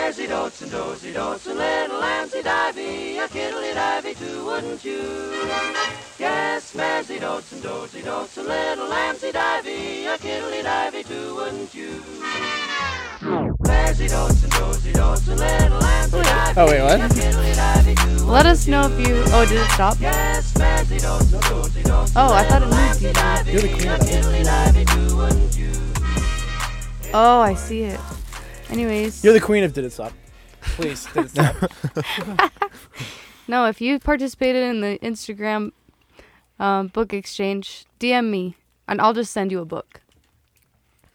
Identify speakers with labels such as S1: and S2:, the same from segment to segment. S1: dots and dozy dots and little Nancy divey, a kiddly divey too, wouldn't you? Yes, mazzy dots and dozy dots and little Nancy divey, a kiddly divey too, wouldn't you? Mazzy dots and dozy dots and little Nancy divey,
S2: Oh, wait,
S1: a
S2: what?
S1: kiddly divey too, wouldn't
S3: Let us know if you. Oh, did it stop?
S1: Yes, mazzy dots and dozy dots and
S3: Oh, I thought it moved.
S1: Nancy divey,
S2: You're the queen
S1: a
S2: of that.
S1: kiddly divey too, wouldn't you?
S3: Oh, I see it. Anyways,
S2: You're the queen of Did It Stop. Please, did it stop?
S3: no, if you participated in the Instagram um, book exchange, DM me and I'll just send you a book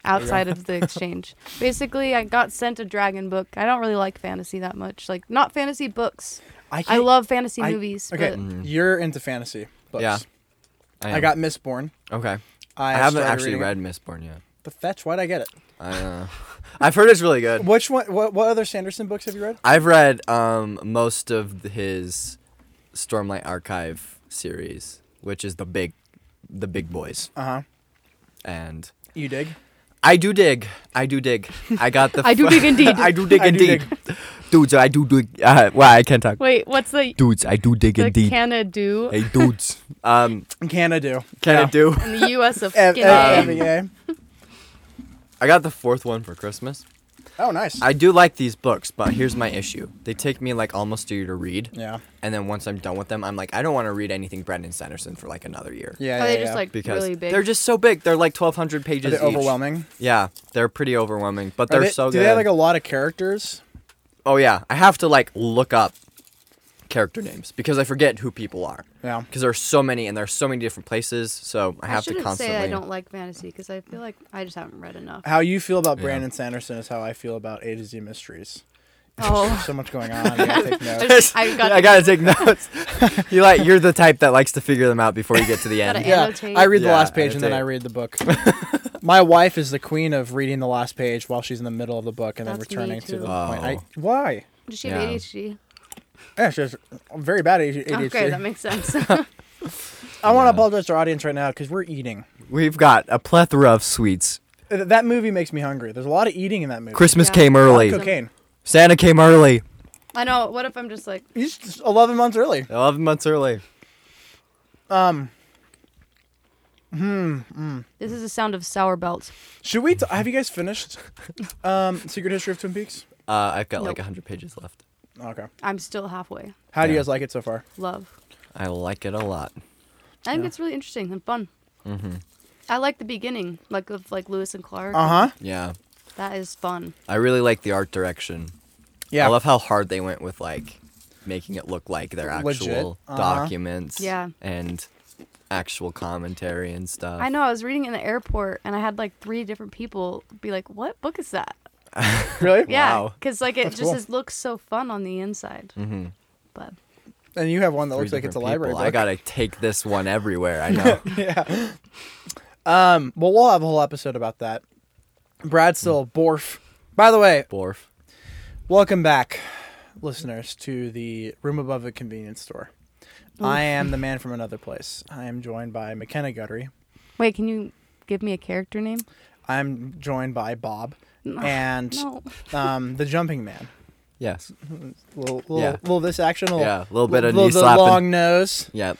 S3: outside of the exchange. Basically, I got sent a dragon book. I don't really like fantasy that much. Like, not fantasy books. I
S2: can't-
S3: love fantasy
S2: I-
S3: movies.
S2: Okay,
S3: But
S2: you're into fantasy books.
S4: Mm-hmm. Yeah,
S2: I,
S4: am.
S2: got Mistborn.
S4: Okay.
S2: I,
S4: I, haven't
S2: started
S4: actually
S2: reading it.
S4: read Mistborn yet.
S2: The Fetch. Why'd I get it?
S4: I uh, I've heard it's really good.
S2: Which one? What, what other Sanderson books have you read?
S4: I've read um, most of his Stormlight Archive series, which is the big, the big boys,
S2: Uh huh.
S4: and
S2: You dig?
S4: I do dig. I do dig. I got the.
S3: I do
S4: fu-
S3: dig indeed.
S4: I do dig
S2: I do
S4: indeed. Dudes, I do dig. Uh, wow, I can't talk.
S3: Wait, what's the.
S4: Dudes, I do dig
S3: The
S4: indeed.
S3: Canada do
S4: hey, dudes. Um,
S2: Can I do? E-,
S4: can
S2: Yeah.
S4: I do?
S3: in the U.S. of
S2: F-
S3: skin.
S2: F- FEA.
S4: I got the fourth one for Christmas.
S2: Oh, nice.
S4: I do like these books, but here's my issue. They take me like almost a year to read.
S2: yeah.
S4: And then once I'm done with them, I'm like, I don't want to read anything Brendan Sanderson for like another year.
S2: Yeah.
S3: Are they
S2: yeah,
S3: Oh, just
S2: yeah.
S3: like
S4: Because
S3: really big?
S4: they're just so big. They're like 1,200
S2: Are
S4: pages
S2: they
S4: each.
S2: overwhelming?
S4: Yeah, they're pretty overwhelming, but they're
S2: Are they-
S4: so
S2: Do
S4: good.
S2: they have like a lot of characters?
S4: oh, yeah. I have to like look up character names because I forget who people are.
S2: Yeah.
S4: Because there are so many and there are so many different places, so I
S3: I,
S4: have to
S3: shouldn't
S4: constantly.
S3: say I don't like fantasy because I feel like I just haven't read enough.
S2: How you feel about
S4: Yeah.
S2: Brandon Sanderson is how I feel about A to Z Mysteries.
S3: Oh,
S2: So much going on. I gotta take notes.
S3: There's- I got
S4: I gotta take notes. you like you're the type that likes to figure them out before you get to the
S3: Gotta
S4: end.
S3: Yeah.
S2: Yeah,
S3: Annotate.
S2: I read the
S4: Yeah,
S2: last page and then I
S4: annotate.
S2: read the book. My wife is the queen of reading the last page while she's in the middle of the book and
S3: That's me
S2: then returning to
S3: too.
S2: the point. I,
S4: Oh.
S2: why?
S3: does she have
S4: Yeah.
S3: ADHD?
S2: Yeah, she has very bad ADHD.
S3: Okay, that makes sense.
S2: I want to
S4: Yeah.
S2: apologize to our audience right now because we're eating.
S4: We've got a plethora of sweets.
S2: Th- That movie makes me hungry. There's a lot of eating in that movie.
S4: Christmas
S3: Yeah.
S4: came early.
S2: Cocaine.
S4: Santa came early.
S3: I know. What if I'm just like,
S2: He's just 11 months early.
S4: Eleven months early.
S3: this is the sound of sour belts.
S2: Should we? T- have you guys finished um, Secret History of Twin Peaks?
S4: Uh, I've got like
S3: Nope.
S4: hundred pages left.
S2: Okay.
S3: I'm still halfway.
S2: How do you
S4: Yeah.
S2: guys like it so far?
S3: Love.
S4: I like it a lot.
S3: I think
S2: Yeah.
S3: it's really interesting and fun.
S4: Mm-hmm.
S3: I like the beginning, like of like Lewis and Clark.
S4: Uh-huh.
S2: Uh huh.
S4: Yeah,
S3: That is fun.
S4: I really like the art direction.
S2: Yeah.
S4: I love how hard they went with like making it look like their actual
S2: Legit. Uh-huh.
S4: documents.
S3: Yeah.
S4: and actual commentary and stuff.
S3: I know. I was reading in the airport, and I had like three different people be like, "What book is that?"
S2: really?
S3: Yeah,
S4: Wow.
S3: because like it
S2: That's
S3: just
S2: cool.
S3: is, looks so fun on the inside.
S4: Mm-hmm.
S3: But
S2: And you have one that
S4: Three
S2: looks like it's a
S4: different
S2: library
S4: people.
S2: book.
S4: I gotta take this one everywhere. I know.
S2: yeah. Um. Well, we'll have a whole episode about that. Brad still Borf. By the way,
S4: Borf.
S2: welcome back, listeners, to the room above the convenience store. I am the man from another place. I am joined by McKenna Guttery.
S3: wait, can you give me a character name?
S2: I'm joined by Bob
S3: No,
S2: and
S3: No.
S2: um, the jumping man.
S4: Yes.
S2: Little, little,
S4: Yeah.
S2: little this action. Little,
S4: Yeah, a little bit of
S2: little,
S4: knee
S2: Oh. the
S4: slapping.
S2: long nose.
S4: Yep.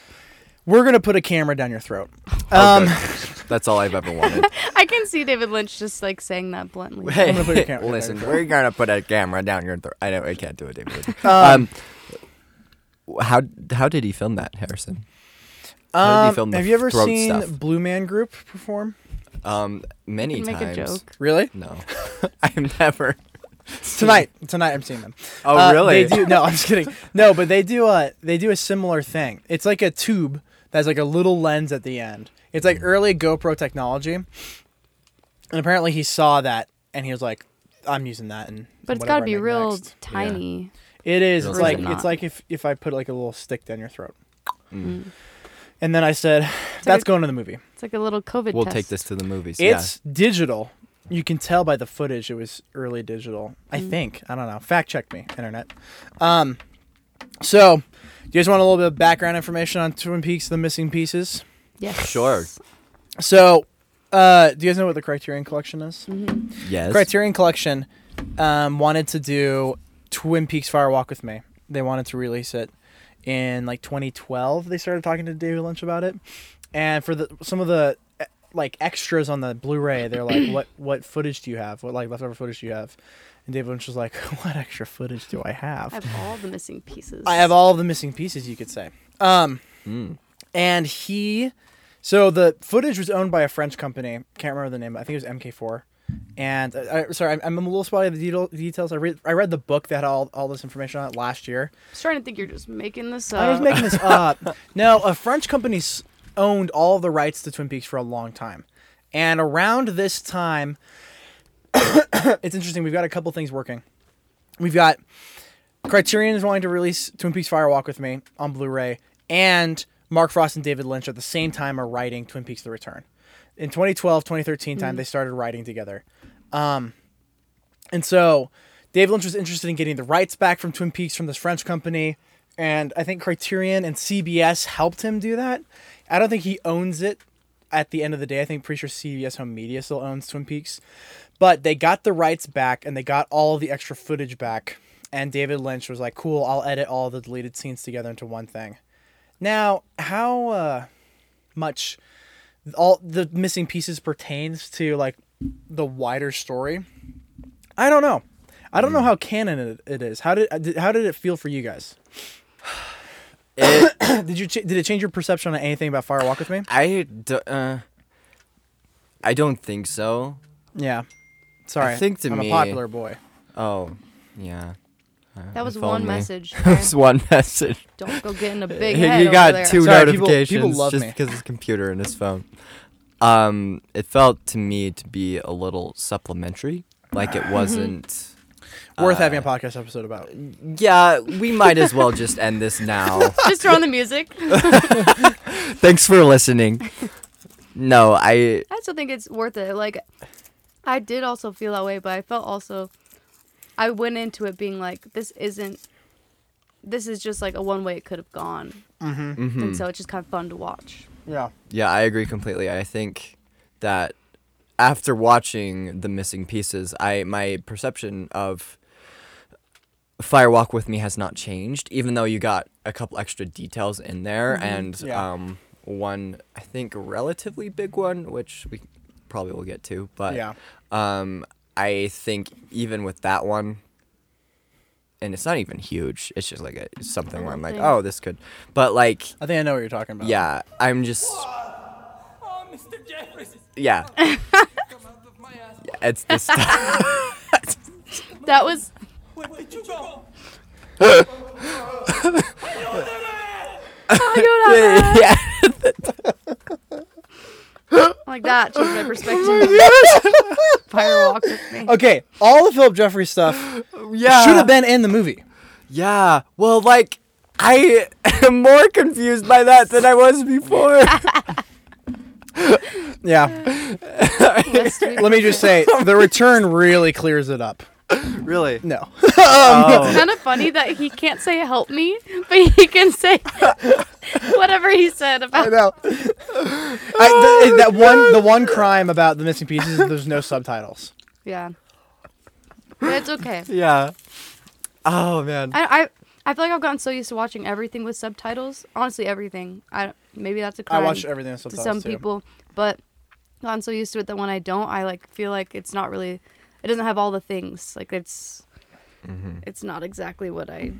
S2: We're gonna put a camera down your throat.
S4: Oh,
S2: Um,
S4: good. that's all I've ever wanted.
S3: I can see David Lynch just like saying that bluntly.
S4: Hey,
S2: gonna put your camera-
S4: listen,
S2: okay.
S4: we're gonna put a camera down your throat. I know I can't do it, David. Um,
S2: Um,
S4: how how did he film that, Harrison? How did he
S2: um,
S4: film the
S2: have you ever
S4: throat
S2: seen
S4: stuff?
S2: Blue Man Group perform?
S4: Um, many
S3: Make
S4: times.
S3: a joke.
S2: Really?
S4: No, I've never.
S2: Tonight, tonight I'm seeing them.
S4: Oh,
S2: Uh,
S4: really?
S2: They do. No, I'm just kidding. No, but they do a they do a similar thing. It's like a tube that's like a little lens at the end. It's like early GoPro technology. And apparently he saw that and he was like, "I'm using that." And
S3: But it's
S2: got to
S3: be real tiny.
S2: It is. It's
S4: Real
S2: like
S3: tiny.
S2: it's like if if I put like a little stick down your throat. And then I said,
S3: Mm. like
S2: "That's
S3: a-
S2: going to the movie."
S3: It's like a little COVID
S4: We'll
S3: test.
S4: take this to the movies.
S2: It's digital. You can tell by the footage it was early digital. I think. I don't know. Fact check me, internet. Um, so, do you guys want a little bit of background information on Twin Peaks, The Missing Pieces?
S3: Yes.
S4: Sure.
S2: So, uh, do you guys know what the Criterion Collection is?
S4: yeah. yes.
S2: Criterion Collection um, wanted to do Twin Peaks Fire Walk with Me. They wanted to release it in like 2012. They started talking to David Lynch about it, and for the some of the eh, like extras on the Blu-ray, they're like, "What what footage do you have? What like leftover footage do you have?" And David Lynch was like, "What extra footage do I
S3: I
S2: have?
S3: have all the missing pieces.
S2: I have all of the missing pieces, you could say." Um,
S4: Mm.
S2: and he so the footage was owned by a french company can't remember the name i think it was mk4 and uh, I, sorry I'm, I'm a little spotty of the detail, details i read i read the book that had all, all this information on it last year
S3: I'm starting to think you're just making this up.
S2: i was making this up no a french company s- owned all the rights to twin peaks for a long time and around this time it's interesting we've got a couple things working we've got Criterion is wanting to release Twin Peaks Fire Walk with Me on Blu-ray, and Mark Frost and David Lynch at the same time are writing Twin Peaks: The Return. In 2012, 2013 time, they started writing together, um, and so David Lynch was interested in getting the rights back from Twin Peaks from this French company, and I think Criterion and CBS helped him do that. I don't think he owns it at the end of the day. I think pretty sure CBS Home Media still owns Twin Peaks, but they got the rights back and they got all the extra footage back. And David Lynch was like, "Cool, I'll edit all the deleted scenes together into one thing." Now, how uh, much all the missing pieces pertains to like the wider story? I don't know. I don't
S4: Hmm.
S2: know how canon it, it is. How did uh, did- how did it feel for you guys?
S4: It,
S2: did you ch- did it change your perception on anything about Fire Walk with Me?
S4: I do, uh, I don't think so.
S2: Yeah. Sorry.
S4: I think to
S2: I'm
S4: me-
S2: a popular boy.
S4: Oh, yeah.
S3: That was
S4: If only.
S3: one message.
S4: That was one message.
S3: Don't go getting a big
S4: He-
S3: head.
S4: he
S3: over
S4: got
S3: there.
S4: two
S2: Sorry, people- people
S4: notifications
S2: love
S4: just
S2: me.
S4: because his computer and his phone. Um, it felt to me to be a little supplementary, like it wasn't.
S2: Worth
S4: uh,
S2: having a podcast episode about.
S4: Yeah, we might as well just end this now.
S3: Just throw on the music.
S4: Thanks for listening. No, I
S3: I still think it's worth it. Like, I did also feel that way, but I felt also, I went into it being like, this isn't, this is just like a one way it could have gone. Mm-hmm. And so it's just kind of fun to watch.
S2: Yeah.
S4: yeah, I agree completely. I think that after watching the missing pieces, I my perception of Fire Walk with Me has not changed, even though you got a couple extra details in there and
S2: Mm-hmm. Yeah.
S4: um, one I think relatively big one, which we probably will get to, but
S2: Yeah.
S4: um, I think even with that one, and it's not even huge. It's just like a, something where I'm like,
S3: thing.
S4: oh, this could, but like
S2: I think I know what you're talking about.
S4: yeah, I'm just.
S5: Oh, Mr. Jeffries,
S4: Yeah,
S5: come out of my ass.
S4: it's the stuff.
S3: That was,
S5: Where did you go?
S4: yeah,
S3: like, that changed my perspective. Firewalk with me.
S2: Oh Okay, all the Philip Jeffrey stuff
S4: yeah.
S2: should have been in the movie.
S4: Yeah. Well, like, I am more confused by that than I was before.
S2: Yeah.
S3: Yes, we-
S2: Let me just say, the return really clears it up.
S4: really?
S2: No.
S4: Oh.
S3: kind of funny that he can't say help me, but he can say whatever he said about
S2: no. I, th- that one, the one crime about the missing pieces is there's no subtitles.
S3: Yeah. But it's okay.
S4: Yeah. Oh man.
S3: I, I I feel like I've gotten so used to watching everything with subtitles. Honestly, everything. I maybe that's a
S2: I
S3: crime
S2: watch everything with
S3: to
S2: subtitles
S3: some
S2: too.
S3: people, but gotten so used to it that when I don't, I like feel like it's not really. It doesn't have all the things. Like it's. It's not exactly what I.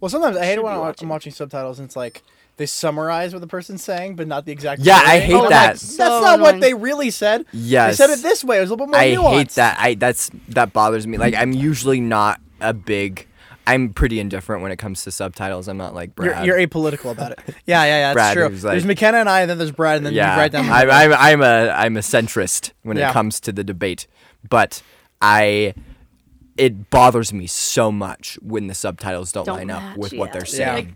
S2: Well, sometimes I hate
S3: Should
S2: it when
S3: be
S2: I'm watch-
S3: watching.
S2: I'm watching subtitles and it's like they summarize what the person's saying, but not the exact.
S4: Yeah, I
S2: wording.
S4: hate
S2: I'm like,
S4: that.
S2: That's
S3: So
S2: not what
S3: annoying.
S2: they really said.
S4: Yes.
S2: They said it this way. It was a little bit more
S4: I
S2: nuanced.
S4: hate that. I that's that bothers me. Like, I'm usually not a big. I'm pretty indifferent when it comes to subtitles. I'm not like
S2: You're,
S4: Brad.
S2: you're apolitical about it. Yeah, yeah, yeah. That's
S4: Brad,
S2: true.
S4: who's like-
S2: there's McKenna and I, and then there's Brad, and then
S4: yeah,
S2: you write down. the
S4: I'm, I'm, I'm a I'm a centrist when
S2: Yeah.
S4: it comes to the debate, but I it bothers me so much when the subtitles don't,
S3: Don't
S4: line up
S3: match,
S4: with what they're
S3: yeah. Yeah.
S4: saying.
S3: Like,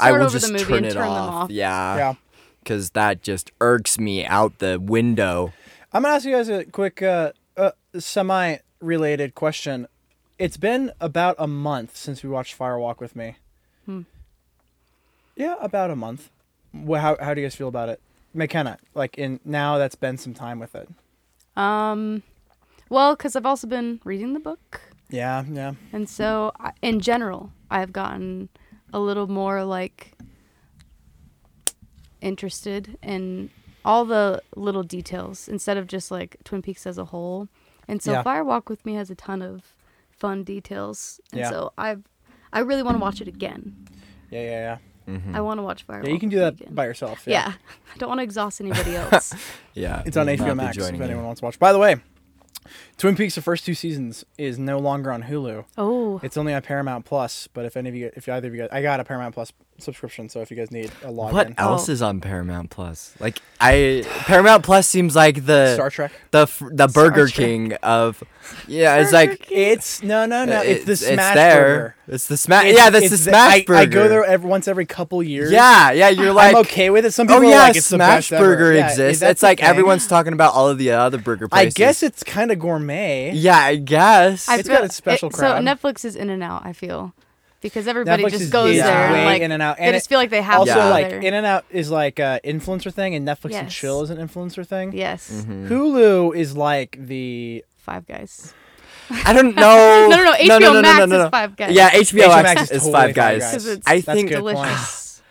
S4: I
S3: start
S4: will
S3: over the
S4: just
S3: movie
S4: turn
S3: and
S4: it
S3: turn them
S4: off.
S3: off.
S4: Yeah,
S2: Yeah.
S4: because that just irks me out the window.
S2: I'm gonna ask you guys a quick, uh, uh, semi-related question. It's been about a month since we watched Fire Walk with Me.
S3: Hmm.
S2: Yeah, about a month. Wha how how do you guys feel about it, McKenna? Like in now that's been some time with it.
S3: Um, well, because I've also been reading the book.
S2: Yeah, yeah.
S3: And so, I- in general, I've gotten a little more like interested in all the little details instead of just like Twin Peaks as a whole. And so,
S2: Yeah.
S3: Firewalk with Me has a ton of fun details. And
S2: Yeah.
S3: so, I've I really want to watch it again.
S2: Yeah, yeah, yeah.
S3: I want to watch Firewalk.
S2: Mm-hmm. Yeah, you can do
S3: with
S2: that
S3: Me again.
S2: by yourself.
S3: Yeah. I don't want to exhaust anybody else.
S4: Yeah.
S2: It's on
S4: will not
S2: HBO
S4: be
S2: Max if
S4: joining
S2: anyone
S4: you.
S2: wants to watch. By the way, Twin Peaks the first two seasons is no longer on Hulu.
S3: oh,
S2: It's only on Paramount Plus, but if any of you if either of you guys I got a Paramount Plus subscription, so if you guys need a login.
S4: What
S3: Oh.
S4: else is on Paramount Plus? Like I Paramount Plus seems like the
S2: Star Trek?
S4: the f- the Burger
S3: Trek.
S4: King of yeah. It's
S3: Burger
S4: like
S3: King.
S2: It's no, no, no.
S4: uh,
S2: it's, the Smash
S4: there.
S2: Burger.
S4: It's the smash.
S2: It's-
S4: Yeah, that's
S2: it's
S4: the smash
S2: I,
S4: burger.
S2: I go there every, once every couple years.
S4: Yeah, yeah. You're like
S2: I'm okay with it. Some
S4: Oh
S2: people
S4: yeah,
S2: are like, it's
S4: Smash
S2: the best ever.
S4: Burger
S2: Yeah,
S4: exists.
S2: that's
S4: it's
S2: the
S4: like
S2: thing.
S4: everyone's talking about all of the other burger
S2: I
S4: places.
S2: guess it's kind of gourmet.
S4: Yeah, I guess.
S3: I
S2: It's got its special crowd.
S3: So Netflix is in and out. I feel because everybody
S2: Netflix
S3: just
S2: is-
S3: goes
S2: is
S3: there and
S2: way
S3: like
S2: in and out.
S3: they
S2: And
S3: just
S2: it-
S3: feel like they have
S2: Also,
S3: to go
S2: like
S3: there.
S2: In and Out is like a influencer thing, and Netflix and
S3: Yes.
S2: Chill is an influencer thing.
S3: yes,
S4: Mm.
S2: Mm-hmm. Hulu is like the
S3: Five Guys.
S4: I don't know.
S3: No, no, no, HBO
S4: no, no,
S3: Max
S4: no, no, no.
S3: is Five Guys.
S4: Yeah, HBO, Max,
S2: HBO
S4: is,
S2: Max is totally
S4: Five
S2: Five
S4: Guys.
S2: Guys.
S3: 'Cause it's
S4: I
S2: That's
S4: think
S2: good point.
S3: delicious.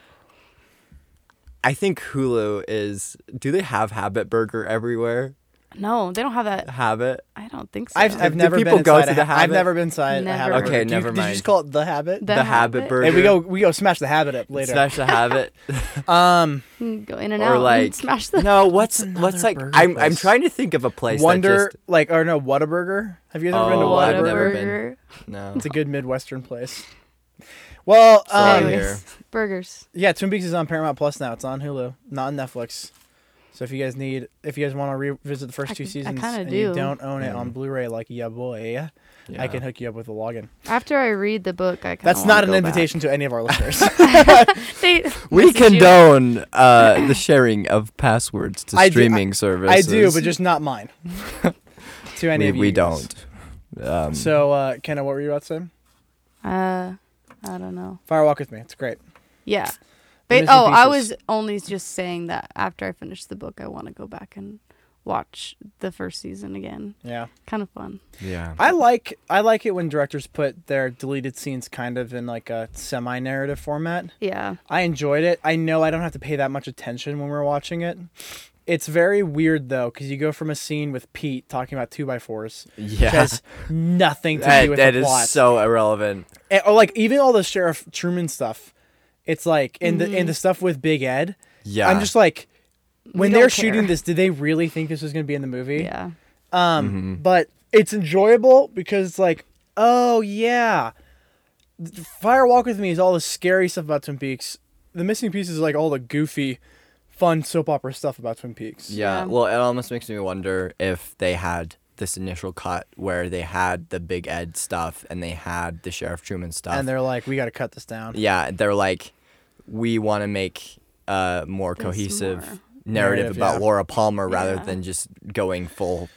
S4: I think Hulu is. Do they have Habit Burger everywhere?
S3: No, they don't have that.
S4: Habit.
S3: I don't think so.
S2: I've, I've
S4: Do
S2: never
S4: people
S2: been
S4: go
S2: inside
S4: to
S2: a
S4: the
S2: ha- I've
S4: Habit?
S2: never been inside
S3: Never.
S2: a habit.
S3: Okay,
S2: burger. Do you-
S4: never
S2: Did you
S4: mind.
S2: just call it the habit?
S3: The
S4: The Habit
S3: Habit?
S4: Burger.
S2: Hey, we go we go smash the habit up later.
S4: Smash the Habit.
S2: Um,
S3: Mm, go in and out.
S4: or
S3: and
S4: like
S3: smash the.
S4: no what's
S2: What's
S4: what's
S2: another
S4: like
S2: burger
S4: I'm I'm
S2: place?
S4: trying to think of a place
S2: Wonder
S4: that just
S2: like or no Whataburger? Have you ever been to
S4: Oh, I've never
S2: Whataburger?
S3: Whataburger.
S4: no
S2: It's a good Midwestern place. Well, um,
S4: here.
S3: Anyways, burgers.
S2: yeah, Twin Peaks is on Paramount Plus now. It's on Hulu, not on Netflix. So if you guys need, if you guys want to revisit the first
S3: I
S2: two
S3: could- I
S2: seasons
S3: kinda
S2: and you
S3: do.
S2: don't own it
S4: Mm.
S2: on Blu-ray, like yeah boy, I can hook you up with a login.
S3: After I read the book, I kinda
S2: That's
S3: wanna
S2: not an
S3: go back.
S2: invitation to any of our listeners.
S3: They
S4: we
S3: message you.
S4: condone uh, the sharing of passwords to
S2: I do-
S4: streaming
S2: I
S4: services
S2: do, but just not mine. to any
S4: we,
S2: of you.
S4: we
S2: guys.
S4: don't um,
S2: So, uh, Kenna, what were you about to say?
S3: Uh, I don't know.
S2: Firewalk with me. It's great.
S3: Yeah.
S2: The
S3: Ba-
S2: missing
S3: oh, I
S2: pieces.
S3: was only just saying that after I finish the book, I want to go back and watch the first season again.
S2: Yeah.
S3: Kind of fun.
S4: yeah
S2: I like I like it when directors put their deleted scenes kind of in like a semi-narrative format.
S3: Yeah.
S2: I enjoyed it. I know I don't have to pay that much attention when we're watching it. It's very weird though, because you go from a scene with Pete talking about two by fours,
S4: yeah
S2: which has nothing to
S4: that,
S2: do with
S4: that
S2: the
S4: is
S2: plot,
S4: so irrelevant
S2: and, or like even all the Sheriff Truman stuff. It's like in the
S3: Mm-hmm.
S2: in the stuff with Big Ed.
S4: yeah
S2: I'm just like, when
S3: don't
S2: they're
S3: care.
S2: shooting this, did they really think this was gonna be in the movie?
S3: Yeah.
S2: Um,
S4: Mm-hmm.
S2: but it's enjoyable because it's like, oh yeah, Fire Walk with Me is all the scary stuff about Twin Peaks. The missing piece is like all the goofy, fun soap opera stuff about Twin Peaks.
S4: yeah.
S3: Yeah.
S4: well it almost makes me wonder if they had this initial cut where they had the big ed stuff and they had the sheriff truman stuff
S2: And they're like, we got to cut this down.
S4: yeah they're like we want to make a more cohesive
S3: more-
S4: narrative,
S2: Narrative,
S4: about
S2: yeah.
S4: Laura Palmer rather
S3: Yeah.
S4: than just going full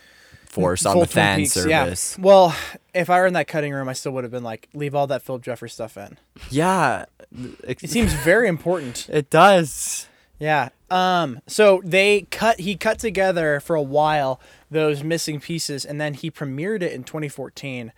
S4: force on
S2: Full
S4: the
S2: Twin
S4: fan
S2: Peaks,
S4: service.
S2: Yeah. Well, if I were in that cutting room, I still would have been like, leave all that Philip Jeffrey stuff in.
S4: Yeah, th-
S2: It
S4: it,
S2: seems very important.
S4: it does.
S2: Yeah. Um. So they cut. He cut together for a while those missing pieces, and then he premiered it in 2014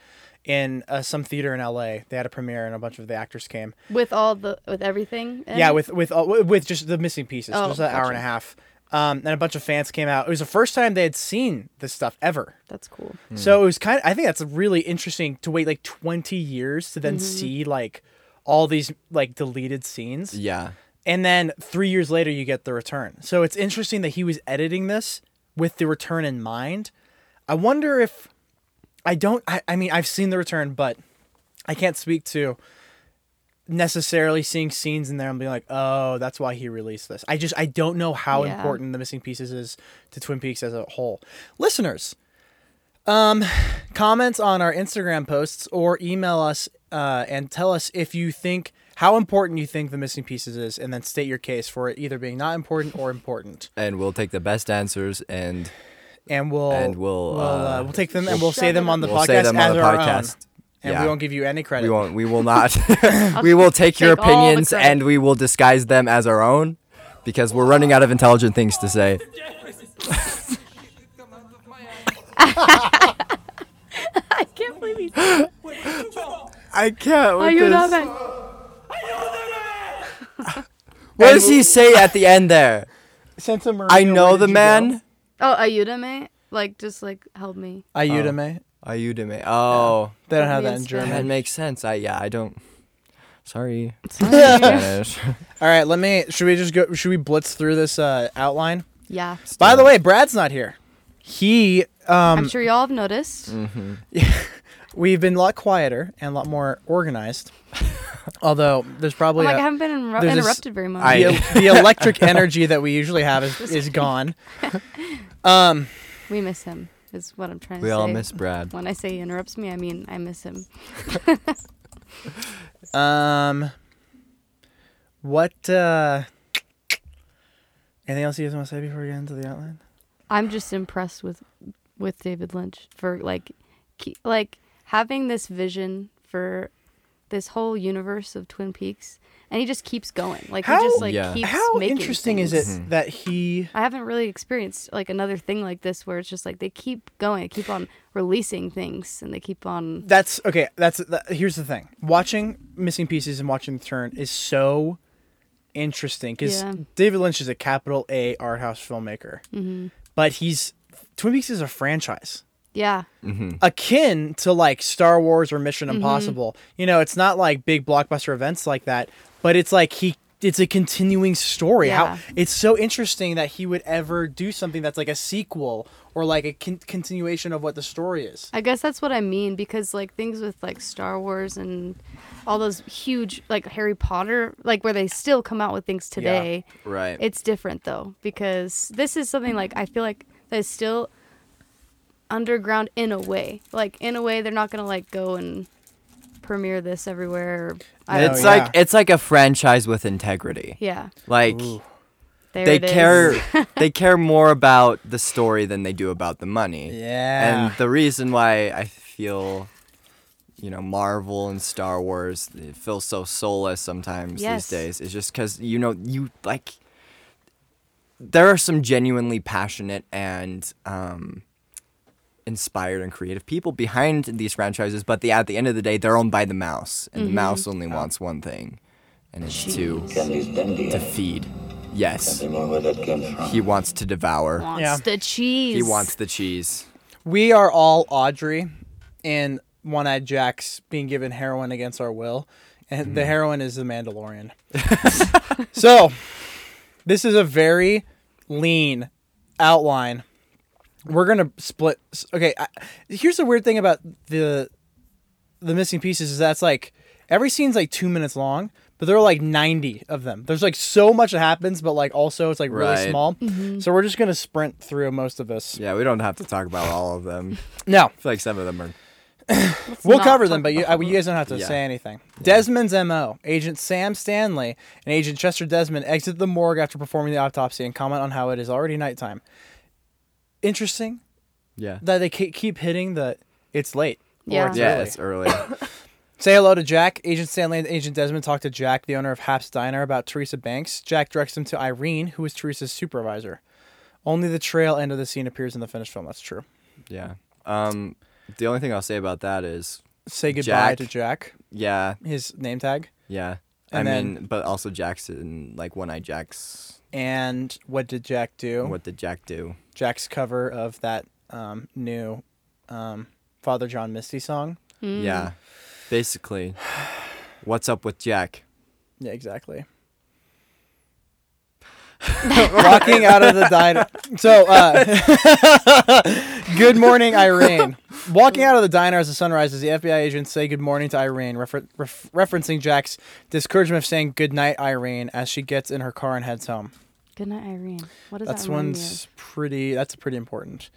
S2: in uh, some theater in LA. They had a premiere, and a bunch of the actors came.
S3: With all the with everything. in
S2: Yeah,
S3: it?
S2: with with all- wi- with just the missing pieces,
S3: Oh,
S2: just an hour and a
S3: gotcha.
S2: half. Um, and a bunch of fans came out. It was the first time they had seen this stuff ever.
S3: that's cool.
S2: So it was kind of, I think that's really interesting to wait like 20 years to then
S3: Mm-hmm.
S2: see like all these like deleted scenes.
S4: Yeah,
S2: And then three years later, you get the return. So it's interesting that he was editing this with the return in mind. I wonder if I don't. I, I mean, I've seen the return, but I can't speak to necessarily seeing scenes in there and being like, oh, that's why he released this. I just I don't know how
S3: Yeah.
S2: important the missing pieces is to Twin Peaks as a whole. Listeners, um, comments on our Instagram posts or email us uh, and tell us if you think how important you think the missing pieces is, and then state your case for it either being not important or important.
S4: and we'll take the best answers and
S2: And we'll
S4: And we'll,
S2: we'll,
S4: uh,
S2: we'll take them and we'll say them on the
S4: we'll
S2: podcast
S4: say them on
S2: as
S4: the
S2: our
S4: podcast.
S2: own. And
S4: Yeah.
S2: we won't give you any credit.
S4: We won't. We will not. we will take your
S3: Take all the
S4: opinions
S3: credit.
S4: and we will disguise them as our own because we're running out of intelligent things to say.
S5: Jeffries. Come out of my ass.
S3: I can't Please.
S5: Where did you go?
S4: I can't.
S3: Are
S4: With
S3: you
S4: this.
S3: not back?
S4: What does he say at the end there?
S2: Santa Maria.
S4: I know
S2: where
S4: the
S2: did you
S4: man.
S2: go?
S3: Oh, Ayuda me? Like, just like help me.
S4: Oh.
S2: Ayudame.
S4: Ayudame. Oh,
S2: They don't have that in
S3: Yes.
S4: that
S2: German.
S4: makes sense. I yeah. I don't. Sorry.
S3: yeah.
S4: Spanish.
S2: All right, let me. Should we just go? Should we blitz through this uh, outline? By
S4: Yeah.
S2: the way, Brad's not here. He, um,
S3: I'm sure y'all have noticed.
S2: we've been a lot quieter and a lot more organized. Although there's probably
S3: I'm like, I
S2: a-
S3: haven't been inru-
S2: there's this-
S3: interrupted very much.
S4: I-
S2: the, the electric energy that we usually have is, is gone.
S3: we miss him, is what I'm trying to
S4: we
S3: say.
S4: all miss Brad.
S3: When I say he interrupts me, I mean I miss him.
S2: Um, what? Uh, anything else you guys want to say before we get into the outline?
S3: I'm just impressed with with David Lynch for like ke- like having this vision for this whole universe of Twin Peaks, and he just keeps going. Like
S2: How-
S3: he just like
S4: Yeah.
S3: keeps.
S2: How
S3: making
S2: interesting
S3: things.
S2: is it that he?
S3: I haven't really experienced like another thing like this where it's just like they keep going, they keep on releasing things, and they keep on.
S2: That's okay. That's that, here's the thing. Watching Missing Pieces and watching The Turn is so interesting because
S3: Yeah.
S2: David Lynch is a capital A art house filmmaker,
S3: Mm-hmm.
S2: but he's Twin Peaks is a franchise.
S3: Yeah,
S2: akin to like Star Wars or Mission Impossible. You know, it's not like big blockbuster events like that, but it's like he it's a continuing story.
S3: Yeah.
S2: How it's so interesting that he would ever do something that's like a sequel or like a con- continuation of what the story is.
S3: I guess that's what I mean because like things with like Star Wars and all those huge like Harry Potter like where they still come out with things today.
S4: Right.
S3: It's different though because this is something like I feel like that is still underground in a way. Like in a way they're not going to like go and premiere this everywhere. or- I don't
S4: it's
S3: know.
S2: yeah.
S4: like it's like a franchise with integrity.
S3: yeah.
S4: Like
S3: There
S4: they
S3: it is.
S4: care they care more about the story than they do about the money.
S2: Yeah.
S4: And the reason why I feel you know Marvel and Star Wars it feels so soulless sometimes
S3: Yes.
S4: these days is just cuz you know you like there are some genuinely passionate and um inspired and creative people behind these franchises but the, at the end of the day they're owned by the mouse
S3: Mm-hmm.
S4: and the mouse only wants one thing and it's to
S6: He's Dendy.
S4: to feed. Yes.
S6: Remember where that came from?
S4: He wants to devour.
S3: wants
S2: Yeah.
S3: the cheese.
S4: He wants the cheese.
S2: We are all Audrey and One Eyed Jack's being given heroin against our will. And
S4: Hmm.
S2: the heroin is the Mandalorian. so, this is a very lean outline. We're gonna split. s- Okay, I, here's the weird thing about the the missing pieces is that's like every scene's like two minutes long, but there are like ninety of them. There's like so much that happens, but like also it's like really
S4: Right.
S2: small. So we're just gonna sprint through most of this.
S4: Yeah, we don't have to talk about all of them.
S2: Now,
S4: I feel like some of them are.
S2: We'll
S3: not
S2: cover
S3: talk
S2: them, but you, uh, you guys don't have to
S4: Yeah.
S2: say anything. Desmond's MO Agent Sam Stanley and Agent Chester Desmond exit the morgue after performing the autopsy and comment on how it is already nighttime. Interesting
S4: Yeah.
S2: that they ke- keep hitting the it's late. or
S3: Yeah.
S2: it's
S4: yeah,
S2: early.
S4: it's early.
S2: Say hello to Jack. Agent Stanley and Agent Desmond talk to Jack, the owner of Hap's Diner, about Teresa Banks. Jack directs them to Irene, who is Teresa's supervisor. Only the trail end of the scene appears in the finished film. That's true.
S4: yeah. Um, the only thing I'll say about that is,
S2: Say goodbye
S4: Jack.
S2: to Jack,
S4: yeah,
S2: his name tag.
S4: yeah.
S2: And
S4: I
S2: then-
S4: mean, but also Jackson, like One Eye Jack's.
S2: And what did Jack do?
S4: What did Jack do?
S2: Jack's cover of that um, new um, Father John Misty song.
S4: Yeah. Basically, what's up with Jack?
S2: Yeah, exactly. Walking out of the diner. So, uh, good morning, Irene. Walking out of the diner as the sun rises, the FBI agents say good morning to Irene, refer- ref- referencing Jack's discouragement of saying good night, Irene, as she gets in her car and heads home.
S3: Good night, Irene. What does
S2: That's
S3: that remind you of?
S2: one's pretty. That's pretty important.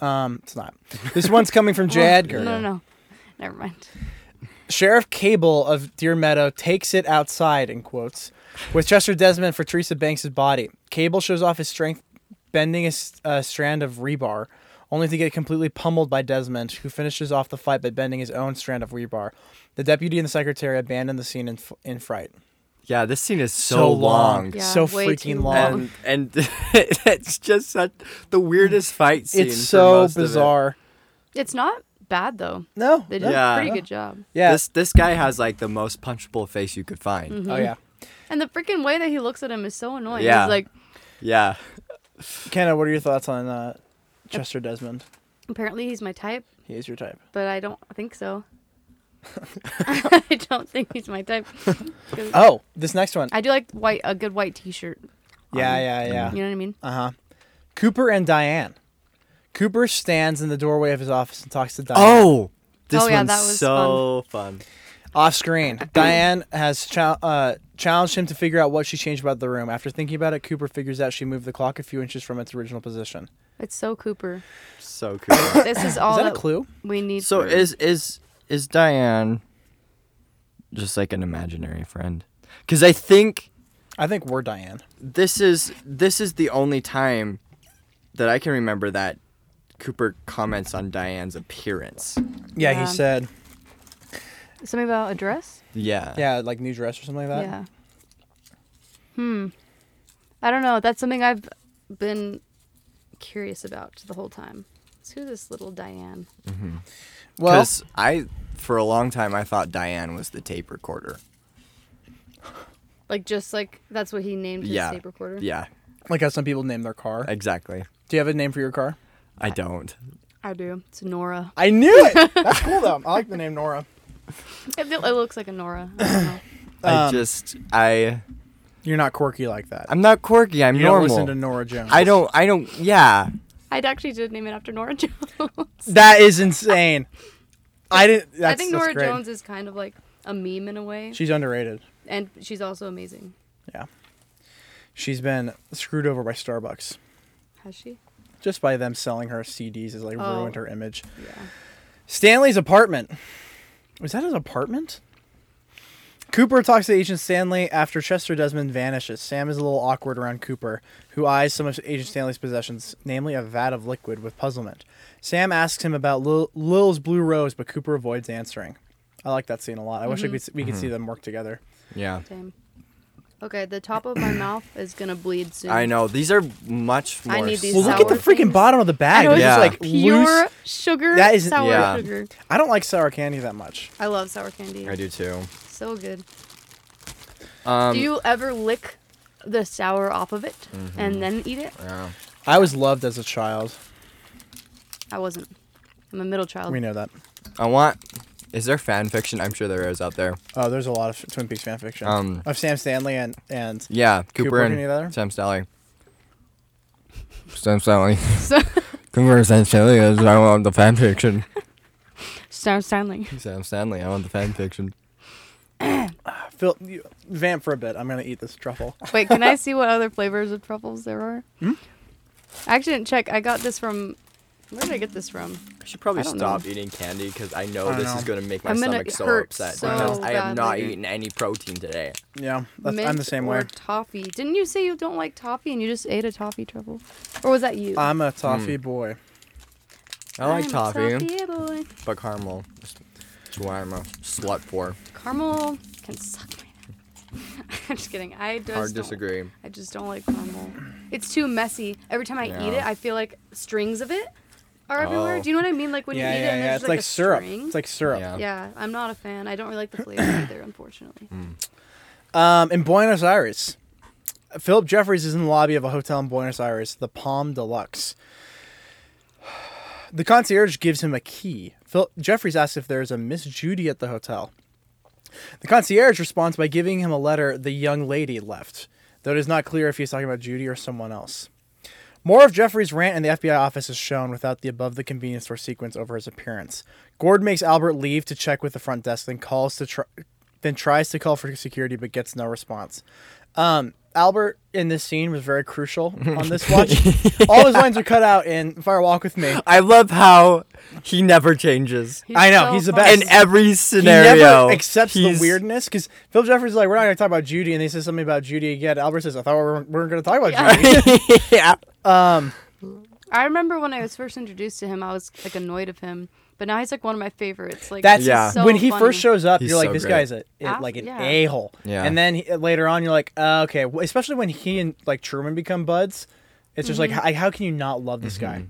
S2: Um, it's not. This one's coming from J. Edgar.
S3: No, no, no. Never mind.
S2: Sheriff Cable of Deer Meadow takes it outside, in quotes, with Chester Desmond for Teresa Banks' body. Cable shows off his strength, bending a s- a strand of rebar, only to get completely pummeled by Desmond, who finishes off the fight by bending his own strand of rebar. The deputy and the secretary abandon the scene in, f- in fright.
S4: Yeah, this scene is so, long.
S3: Yeah,
S2: so
S3: way
S2: freaking
S3: too
S2: long.
S4: And and it's just such the weirdest fight scene.
S2: It's
S4: for
S2: so
S4: most of it.
S2: bizarre.
S3: It's not bad though.
S2: No.
S3: They did
S4: Yeah.
S3: a pretty good job.
S2: Yeah.
S4: This this guy has like the most punchable face you could find.
S2: oh yeah.
S3: And the freaking way that he looks at him is so annoying.
S4: Yeah.
S3: He's like,
S4: Yeah.
S2: Kenna, what are your thoughts on uh, Chester Desmond?
S3: apparently he's my type,
S2: He is your type.
S3: but I don't think so. I don't think he's my type. 'Cause
S2: Oh, this next one.
S3: I do like white a good white T-shirt.
S2: yeah, yeah, yeah.
S3: You know what I mean?
S2: Uh huh. Cooper and Diane. Cooper stands in the doorway of his office and talks to Diane.
S4: Oh, this
S3: Oh, yeah,
S4: one's
S3: that was
S4: so fun.
S2: Off screen, Diane has chal uh, challenged him to figure out what she changed about the room. After thinking about it, Cooper figures out she moved the clock a few inches from its original position.
S3: It's so Cooper.
S4: So cool.
S3: This is all
S2: Is that a
S3: that
S2: clue?
S3: we need.
S4: so
S3: for-
S4: is is is Diane just like an imaginary friend? Because I think
S2: I think we're Diane.
S4: this is this is the only time that I can remember that Cooper comments on Diane's appearance.
S2: Yeah,
S3: Yeah.
S2: he said.
S3: something about a dress?
S4: Yeah.
S2: Yeah, like new dress or something like that.
S3: yeah. Hmm. I don't know. That's something I've been curious about the whole time. It's who this little Diane?
S2: Well,
S4: Because I, for a long time, I thought Diane was the tape recorder.
S3: Like just like that's what he named his
S4: Yeah.
S3: tape recorder.
S4: Yeah,
S2: like how some people name their car.
S4: exactly.
S2: Do you have a name for your car?
S4: I don't.
S3: I do. It's Nora.
S2: I knew it. That's cool though. I like the name Nora.
S3: It, it looks like a Nora. I don't know.
S4: I
S2: Um,
S4: just I
S2: You're not quirky like that.
S4: I'm not quirky. I'm
S2: you
S4: normal.
S2: don't listen to Nora Jones.
S4: I don't. I don't. Yeah.
S3: I actually did name it after Nora Jones.
S2: That is insane. I didn't. That's,
S3: I think
S2: that's
S3: Nora
S2: great.
S3: Jones is kind of like a meme in a way,
S2: She's underrated.
S3: and she's also amazing.
S2: Yeah. She's been screwed over by Starbucks
S3: Has she?
S2: just by them selling her CDs has like
S3: Oh.
S2: ruined her image.
S3: Yeah.
S2: Stanley's apartment. Was that his apartment? Cooper talks to Agent Stanley after Chester Desmond vanishes. Sam is a little awkward around Cooper, who eyes some of Agent Stanley's possessions, namely a vat of liquid, with puzzlement. Sam asks him about Lil- Lil's blue rose, but Cooper avoids answering. I like that scene a lot. I
S3: Mm-hmm.
S2: wish I could, s- we could see them work together.
S4: Yeah.
S3: Same. Okay, the top of my mouth is gonna bleed soon.
S4: I know. These are much more.
S3: I need these
S2: Well,
S3: sour
S2: look at the freaking
S3: things.
S2: bottom of the
S3: I
S2: bag.
S3: know
S2: It's
S3: it's
S4: Yeah.
S2: just like
S3: pure
S2: loose.
S3: sugar.
S2: That is-
S3: sour
S4: Yeah.
S3: sugar.
S2: I don't like sour candy that much.
S3: I love sour candy.
S4: I do too.
S3: So good.
S4: Um,
S3: Do you ever lick the sour off of it and then eat it?
S4: Mm-hmm. yeah.
S2: I was loved as a child.
S3: I wasn't. I'm a middle child.
S2: We know that.
S4: I want. Is there fan fiction? I'm sure there is out there.
S2: Oh, there's a lot of Twin Peaks fan fiction
S4: Um,
S2: of Sam Stanley and and
S4: Yeah. Cooper,
S2: Cooper, any other?
S4: and Sam Sally. Sam Sally.
S3: So,
S4: Cooper and Sam Sally. I want the fan fiction.
S3: Sounds Stanley.
S4: Sam Stanley. I want the fan fiction.
S2: Phil, you, vamp for a bit. I'm gonna eat this truffle.
S3: Wait, can I see what other flavors of truffles there are?
S2: Hmm?
S3: I actually didn't check. I got this from. Where did I get this from?
S4: I should probably
S3: I don't
S4: stop
S3: know.
S4: eating candy because I know
S2: I
S4: this
S2: know.
S4: is going to make my
S3: I'm gonna
S4: stomach so
S3: hurt
S4: upset.
S3: so
S4: because I have not
S3: badly.
S4: eaten any protein today.
S2: Yeah, that's, I'm the
S3: Mint
S2: same
S3: or
S2: way.
S3: Toffee. Didn't you say you don't like toffee and you just ate a toffee truffle? Or was that you?
S2: I'm
S4: Hmm.
S2: a toffee boy.
S4: I like
S3: I'm a
S4: toffee,
S3: boy.
S4: but caramel is is what I'm a slut for.
S3: Caramel can suck my. I'm just kidding. I just
S4: Hard
S3: don't-
S4: disagree.
S3: I just don't like caramel. It's too messy. Every time I eat it,
S4: Yeah.
S3: I feel like strings of it are everywhere.
S4: Oh.
S3: Do you know what I mean? Like when
S2: yeah,
S3: you eat it,
S2: yeah,
S3: and
S2: yeah.
S3: there's
S2: It's
S3: just,
S2: like,
S3: a
S2: syrup.
S3: String.
S2: It's like syrup.
S4: Yeah.
S3: Yeah, I'm not a fan. I don't really like the flavor either, unfortunately.
S2: Mm. Um, in Buenos Aires, Philip Jeffries is in the lobby of a hotel in Buenos Aires, the Palm Deluxe. The concierge gives him a key. Phil Jeffries asks if there is a Miss Judy at the hotel. The concierge responds by giving him a letter the young lady left, though it is not clear if he is talking about Judy or someone else. More of Jeffrey's rant in the FBI office is shown without the above the convenience store sequence over his appearance. Gord makes Albert leave to check with the front desk, then calls to try, then tries to call for security but gets no response. Um, Albert in this scene was very crucial on this watch. All his lines are cut out in Fire Walk with Me.
S4: I love how he never changes.
S2: I know, he's the best.
S4: In every scenario,
S2: He never accepts
S4: he's-
S2: the weirdness because Phil Jeffries is like, we're not going to talk about Judy, and they say something about Judy again. Albert says, I thought we weren't, we weren't going to talk about
S3: Yeah.
S2: Judy.
S4: yeah.
S3: I remember when I was first introduced to him, I was like annoyed of him, but now he's like one of my favorites. Like
S2: That's
S3: he's
S4: Yeah.
S3: so
S2: when he
S3: funny.
S2: first shows up.
S4: He's
S2: you're like,
S4: so
S2: this
S4: great.
S2: guy's a, a-
S3: Af-
S2: like an
S3: yeah.
S2: a hole.
S4: Yeah.
S2: "Oh, And then he, later on, you're like, uh, okay. Well, especially when he and like Truman become buds, It's just like
S3: Mm-hmm.
S2: how, how can you not love
S4: Mm-hmm.
S2: this guy?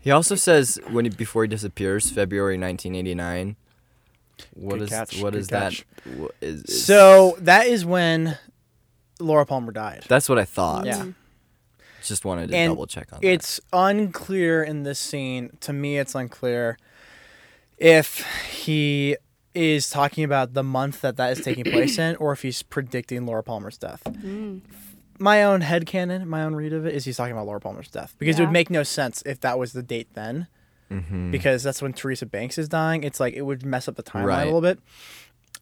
S4: He also says when he, before he disappears, February 1989. What
S2: Good
S4: is
S2: catch,
S4: what
S2: good
S4: is that?
S2: catch.
S4: wha- is- is-
S2: So that is when Laura Palmer died.
S4: that's Mm-hmm. what I thought.
S2: yeah.
S4: Just wanted to
S2: And
S4: double check on that.
S2: It's unclear in this scene. To me, it's unclear if he is talking about the month that that is taking place in, or if he's predicting Laura Palmer's death. My own headcanon, my own read of it, is he's talking about Laura Palmer's death because it
S3: Yeah.
S2: would make no sense if that was the date then,
S4: Mm-hmm.
S2: because that's when Teresa Banks is dying. It's like it would mess up the timeline
S4: Right.
S2: a little bit.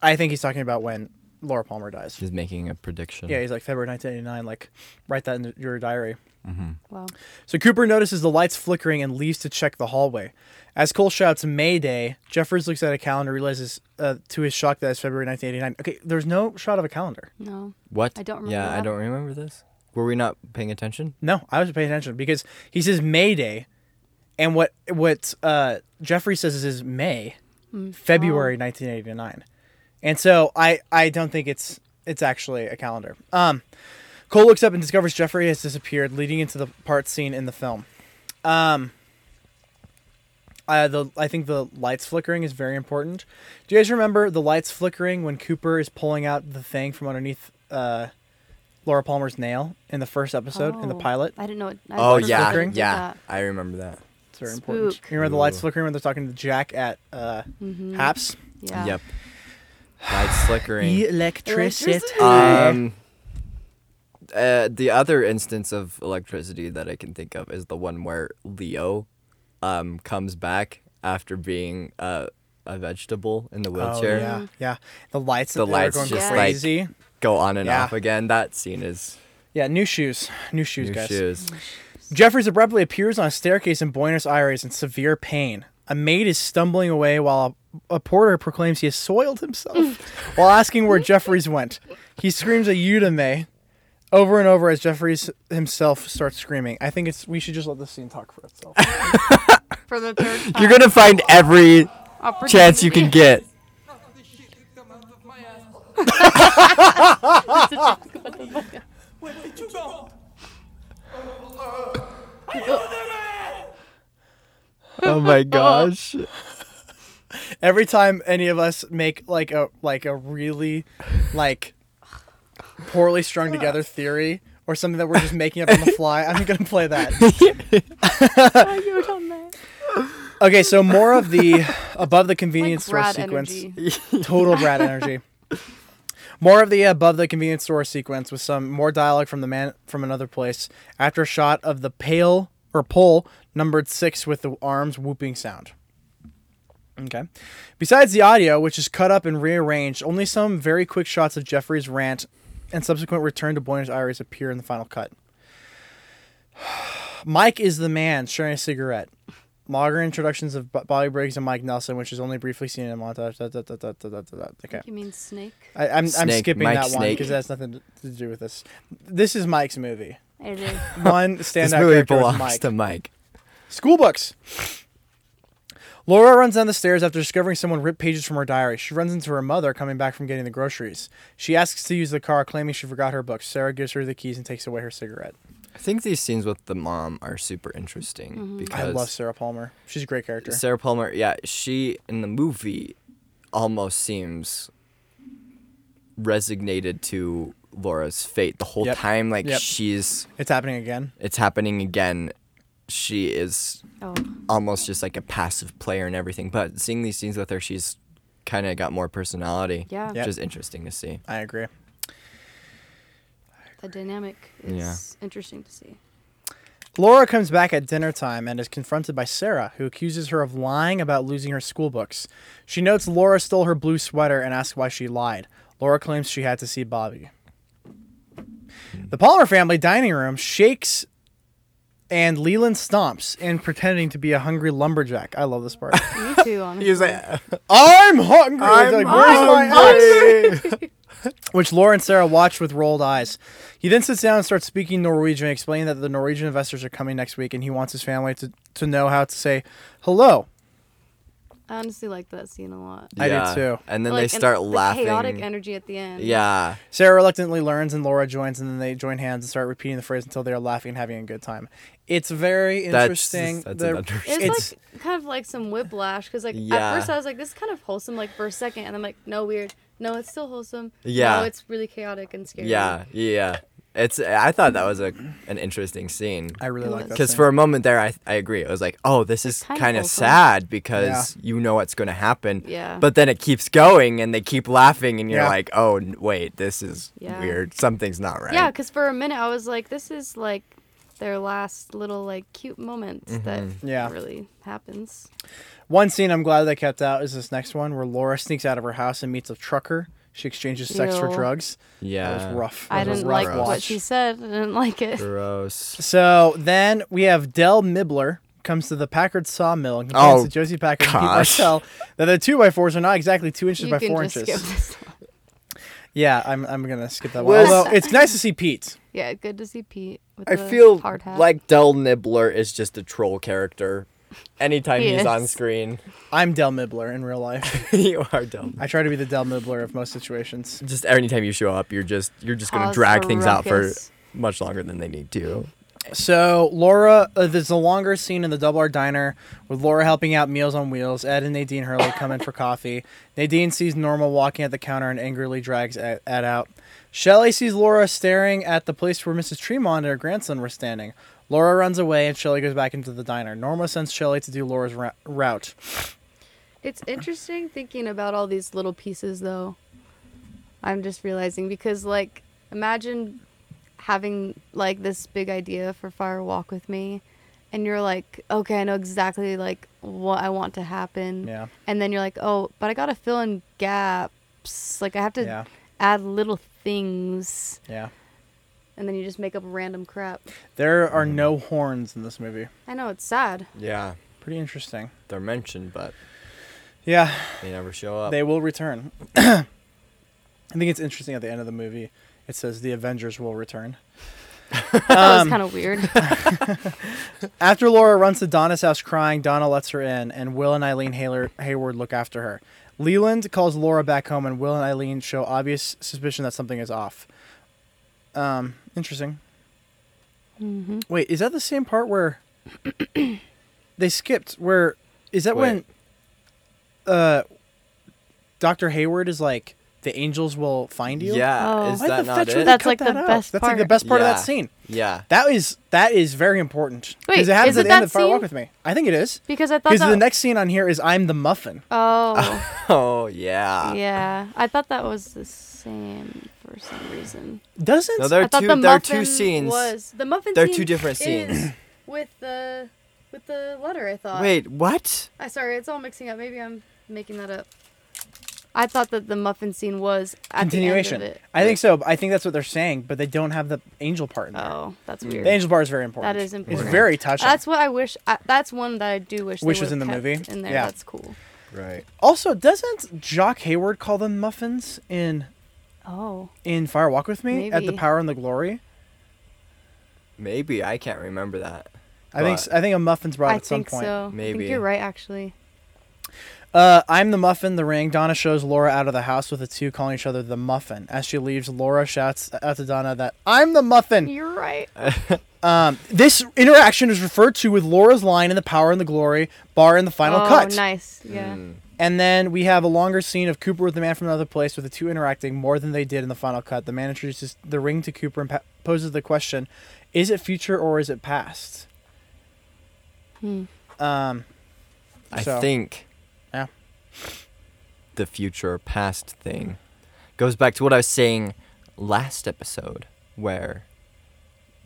S2: I think he's talking about when Laura Palmer dies.
S4: He's making a prediction.
S2: Yeah, he's like February 1989. Like, write that in your diary.
S3: Wow.
S2: So Cooper notices the lights flickering and leaves to check the hallway. As Cole shouts "Mayday," Jeffers looks at a calendar, realizes uh, to his shock that it's February 1989. Okay, there's no shot of a calendar.
S3: No.
S4: What?
S3: I don't
S4: Yeah,
S3: remember
S4: I
S3: that.
S4: don't remember this. Were we not paying attention?
S2: No, I was paying attention because he says "Mayday," and what what uh, Jeffrey says is May, February 1989, and so I I don't think it's it's actually a calendar. Um, Cole looks up and discovers Jeffrey has disappeared, leading into the part scene in the film. Um, uh, the I think the lights flickering is very important. Do you guys remember the lights flickering when Cooper is pulling out the thing from underneath uh, Laura Palmer's nail in the first episode in the
S3: Oh,
S2: pilot?
S3: I didn't know. It, I
S4: Oh
S3: thought it
S4: yeah,
S2: flickering?
S3: was
S4: yeah.
S3: that.
S4: I remember that.
S2: It's very important.
S3: Spook.
S2: You remember the lights
S4: Ooh.
S2: flickering when they're talking to Jack at uh, Haps?
S3: Yeah.
S4: Yep. Lights flickering.
S2: Electricity.
S4: Um. Uh, the other instance of electricity that I can think of is the one where Leo, um, comes back after being uh, a vegetable in the
S2: oh,
S4: wheelchair.
S2: yeah, yeah. The lights.
S4: The
S2: are
S4: lights
S2: going
S4: just, like,
S2: crazy.
S4: Go on and
S2: Yeah.
S4: off again. That scene is
S2: yeah, new shoes, new shoes,
S4: new
S2: guys.
S4: shoes.
S2: Jeffries abruptly appears on a staircase in Buenos Aires in severe pain. A maid is stumbling away while a, a porter proclaims he has soiled himself while asking where Jeffries went. He screams a Udame over and over as Jeffries himself starts screaming. I think it's we should just let this scene talk for itself.
S3: For the third
S4: You're gonna find every
S3: gonna
S4: chance you can get.
S5: None of this shit could come out of my ass. Where did you go?
S4: Oh my gosh.
S2: Every time any of us make like a like a really like poorly strung together theory or something that we're just making up on the fly, I'm gonna play that.
S3: you done that.
S2: Okay, so more of the above the
S3: Like
S2: convenience
S3: rad
S2: store sequence.
S3: energy.
S2: total Brad energy. More of the above the convenience store sequence with some more dialogue from the man from another place. After a shot of the pale or pole numbered six with the arms whooping sound. Okay. Besides the audio, which is cut up and rearranged, only some very quick shots of Jeffrey's rant and subsequent return to Buenos Aires appear in the final cut. Mike is the man sharing a cigarette. Logger introductions of Bo- Bobby Briggs and Mike Nelson, which is only briefly seen in a montage. Da, da, da, da, da, da, da, da. Okay.
S3: You mean snake?
S2: I, I'm, I'm
S4: Snake,
S2: skipping
S4: Mike
S2: that one
S4: Snake.
S2: because that's nothing to, to do with this. This is Mike's movie.
S3: It is.
S2: One
S4: This
S2: standout
S4: movie
S2: character was
S4: belongs
S2: Mike.
S4: to Mike.
S2: School books. Laura runs down the stairs after discovering someone ripped pages from her diary. She runs into her mother coming back from getting the groceries. She asks to use the car, claiming she forgot her books. Sarah gives her the keys and takes away her cigarette.
S4: I think these scenes with the mom are super interesting because
S2: I love Sarah Palmer. She's a great character.
S4: Sarah Palmer, yeah, she in the movie almost seems resignated to Laura's fate the whole
S2: Yep.
S4: time. Like
S2: Yep.
S4: she's,
S2: It's happening again.
S4: it's happening again. She is
S3: Oh,
S4: almost just like a passive player and everything. But seeing these scenes with her, she's kind of got more personality.
S3: Yeah.
S4: which
S2: Yep.
S4: is interesting to see.
S2: I agree.
S3: the dynamic is
S4: Yeah.
S3: interesting to see.
S2: Laura comes back at dinner time and is confronted by Sarah, who accuses her of lying about losing her school books. She notes Laura stole her blue sweater and asks why she lied. Laura claims she had to see Bobby. The Palmer family dining room shakes and Leland stomps in pretending to be a hungry lumberjack. I love this part.
S3: Me too, honestly.
S2: I'm hungry. It's like, where's my axe? Which Laura and Sarah watch with rolled eyes. He then sits down and starts speaking Norwegian, explaining that the Norwegian investors are coming next week and he wants his family to, to know how to say hello.
S3: I honestly liked that scene a lot.
S2: I did too.
S4: And then
S3: Like,
S4: they start
S3: and
S4: laughing.
S3: The chaotic energy at the end.
S4: yeah.
S2: Sarah reluctantly learns, and Laura joins, and then they join hands and start repeating the phrase until they are laughing and having a good time. It's very
S4: That's-
S2: interesting.
S4: that's
S2: The-
S4: an understatement.
S2: it's-
S3: It's, like kind of like some whiplash because like
S4: Yeah.
S3: at first I was like this is kind of wholesome like for a second and I'm like no weird no it's still wholesome
S4: Yeah.
S3: no it's really chaotic and scary
S4: Yeah. Yeah. It's. I thought that was a an interesting scene.
S2: I really like that.
S4: Because
S2: scene.
S4: for a moment there, I, I agree. It was like, oh, this is
S3: kinda
S4: kind of
S3: wholesome.
S4: sad because you know what's going to happen.
S3: Yeah.
S4: But then it keeps going and they keep laughing, and you're
S2: Yeah.
S4: like, oh, n- wait, this is
S3: Yeah.
S4: weird. Something's not right.
S3: yeah because for a minute I was like this is like their last little like cute moment that
S2: Yeah.
S3: really happens
S2: One scene I'm glad they kept out is this next one where Laura sneaks out of her house and meets a trucker. She exchanges sex for
S3: Ew.
S2: drugs.
S4: Yeah.
S2: That was rough.
S3: I
S2: That was
S3: didn't
S2: a rough
S3: like what
S2: watch.
S3: she said I didn't like it
S4: Gross.
S2: So then we have Dell Mibler comes to the Packard sawmill and complains
S4: Oh,
S2: to Josie Packard
S4: gosh.
S2: and Pete Martell that the two by fours are not exactly two inches
S3: you
S2: by
S3: can
S2: four
S3: just
S2: inches.
S3: skip this one.
S2: Yeah, I'm, I'm gonna skip that one. Although it's nice to see Pete.
S3: yeah good to see Pete with
S4: I
S3: the
S4: feel
S3: hard hat.
S4: like Del Nibbler is just a troll character. Anytime
S3: He
S4: he's on
S3: is.
S4: screen,
S2: I'm Dell Mibler in real life.
S4: you are Del.
S2: I try to be the Dell Mibler of most situations.
S4: Just anytime you show up, you're just you're just going to
S3: Cause
S4: drag
S3: a
S4: things out for
S3: ruckus.
S4: much longer than they need to.
S2: So Laura, uh, there's a longer scene in the Double R Diner with Laura helping out Meals on Wheels. Ed and Nadine Hurley come in for coffee. Nadine sees Norma walking at the counter and angrily drags Ed, Ed out. Shelley sees Laura staring at the place where Mrs. Tremont and her grandson were standing. Laura runs away and Shelley goes back into the diner. Norma sends Shelley to do Laura's ra- route.
S3: It's interesting thinking about all these little pieces, though. I'm just realizing because, like, imagine having like this big idea for Fire Walk with Me, and you're like, okay, I know exactly like what I want to happen.
S2: Yeah.
S3: And then you're like, oh, but I gotta fill in gaps. Like I have to
S2: Yeah.
S3: add little things,
S2: Yeah.
S3: and then you just make up random crap.
S2: There are no horns in this movie.
S3: I know it's sad.
S4: Yeah,
S2: Pretty interesting.
S4: they're mentioned, but
S2: Yeah,
S4: they never show up.
S2: They will return. I think it's interesting at the end of the movie, it says the Avengers will return.
S3: that
S2: Um.
S3: was kind of weird.
S2: After Laura runs to Donna's house crying, Donna lets her in, and Will and Eileen Haylor, Hayward look after her. Leland calls Laura back home, and Will and Eileen show obvious suspicion that something is off. Um, interesting.
S3: Mm-hmm.
S2: Wait, is that the same part where they skipped? Where is that when?
S4: Wait.
S2: Uh, Doctor Hayward is like the angels will find you.
S4: Yeah,
S3: Oh.
S4: is
S2: Why the
S4: that not
S2: fetch would
S4: it?
S2: they
S3: That's
S2: cut
S3: like the
S2: that out?
S3: best
S2: That's like the
S3: part.
S2: best part of that
S4: Yeah.
S2: scene.
S4: Yeah.
S2: That is that is very important.
S3: Wait,
S2: because it happens
S3: is
S2: at
S3: it
S2: the end
S3: that
S2: of Fire Walk
S3: scene?
S2: with Me. I think it is.
S3: because I thought
S2: Because
S3: that.
S2: the next scene on here is I'm the muffin.
S3: oh.
S4: Oh yeah.
S3: Yeah, I thought that was the same for some reason.
S2: Doesn't
S4: No, there
S3: I
S4: are
S3: thought
S4: two.
S3: the
S4: there are
S3: muffin
S4: two scenes.
S3: Was the muffin?
S4: There are
S3: scene
S4: two different
S3: is
S4: scenes.
S3: with the with the letter. I thought.
S4: Wait, what?
S3: I sorry, it's all mixing up. Maybe I'm making that up. I thought that the muffin scene was at
S2: continuation?
S3: The end of
S2: I think so. but I think that's what they're saying, but they don't have the angel part in
S3: it.
S2: there.
S3: Oh, that's
S4: Hmm.
S2: The
S3: weird.
S2: angel part is very important.
S3: That is important.
S2: It's very touching.
S3: That's what I wish. I, that's one that I do wish. they
S2: Wish was
S3: would've
S2: in the
S3: kept
S2: movie?
S3: In there,
S2: Yeah.
S3: that's cool.
S4: Right.
S2: also, doesn't Jock Hayward call them muffins in
S3: Oh,
S2: in Fire Walk with Me at the
S3: Maybe.
S2: Power and the Glory?
S4: Maybe I can't remember that.
S2: I think
S4: But-
S2: I think a muffin's brought
S3: I
S2: at some
S3: think
S2: point.
S3: so. I
S4: Maybe.
S3: think you're right, actually.
S2: Uh, I'm the muffin, the ring. Donna shows Laura out of the house with the two calling each other the muffin. As she leaves, Laura shouts out to Donna that I'm the
S4: Hmm.
S2: muffin.
S3: You're right.
S2: Um, this interaction is referred to with Laura's line in The Power and the Glory bar in the final
S3: oh,
S2: cut.
S3: nice. Yeah.
S4: Hmm.
S2: And then we have a longer scene of Cooper with the man from another place with the two interacting more than they did in the final cut. The man introduces the ring to Cooper and pa- poses the question Is it future or is it past? Um,
S4: I
S2: So-
S4: think.
S2: Yeah.
S4: The future past thing goes back to what I was saying last episode, where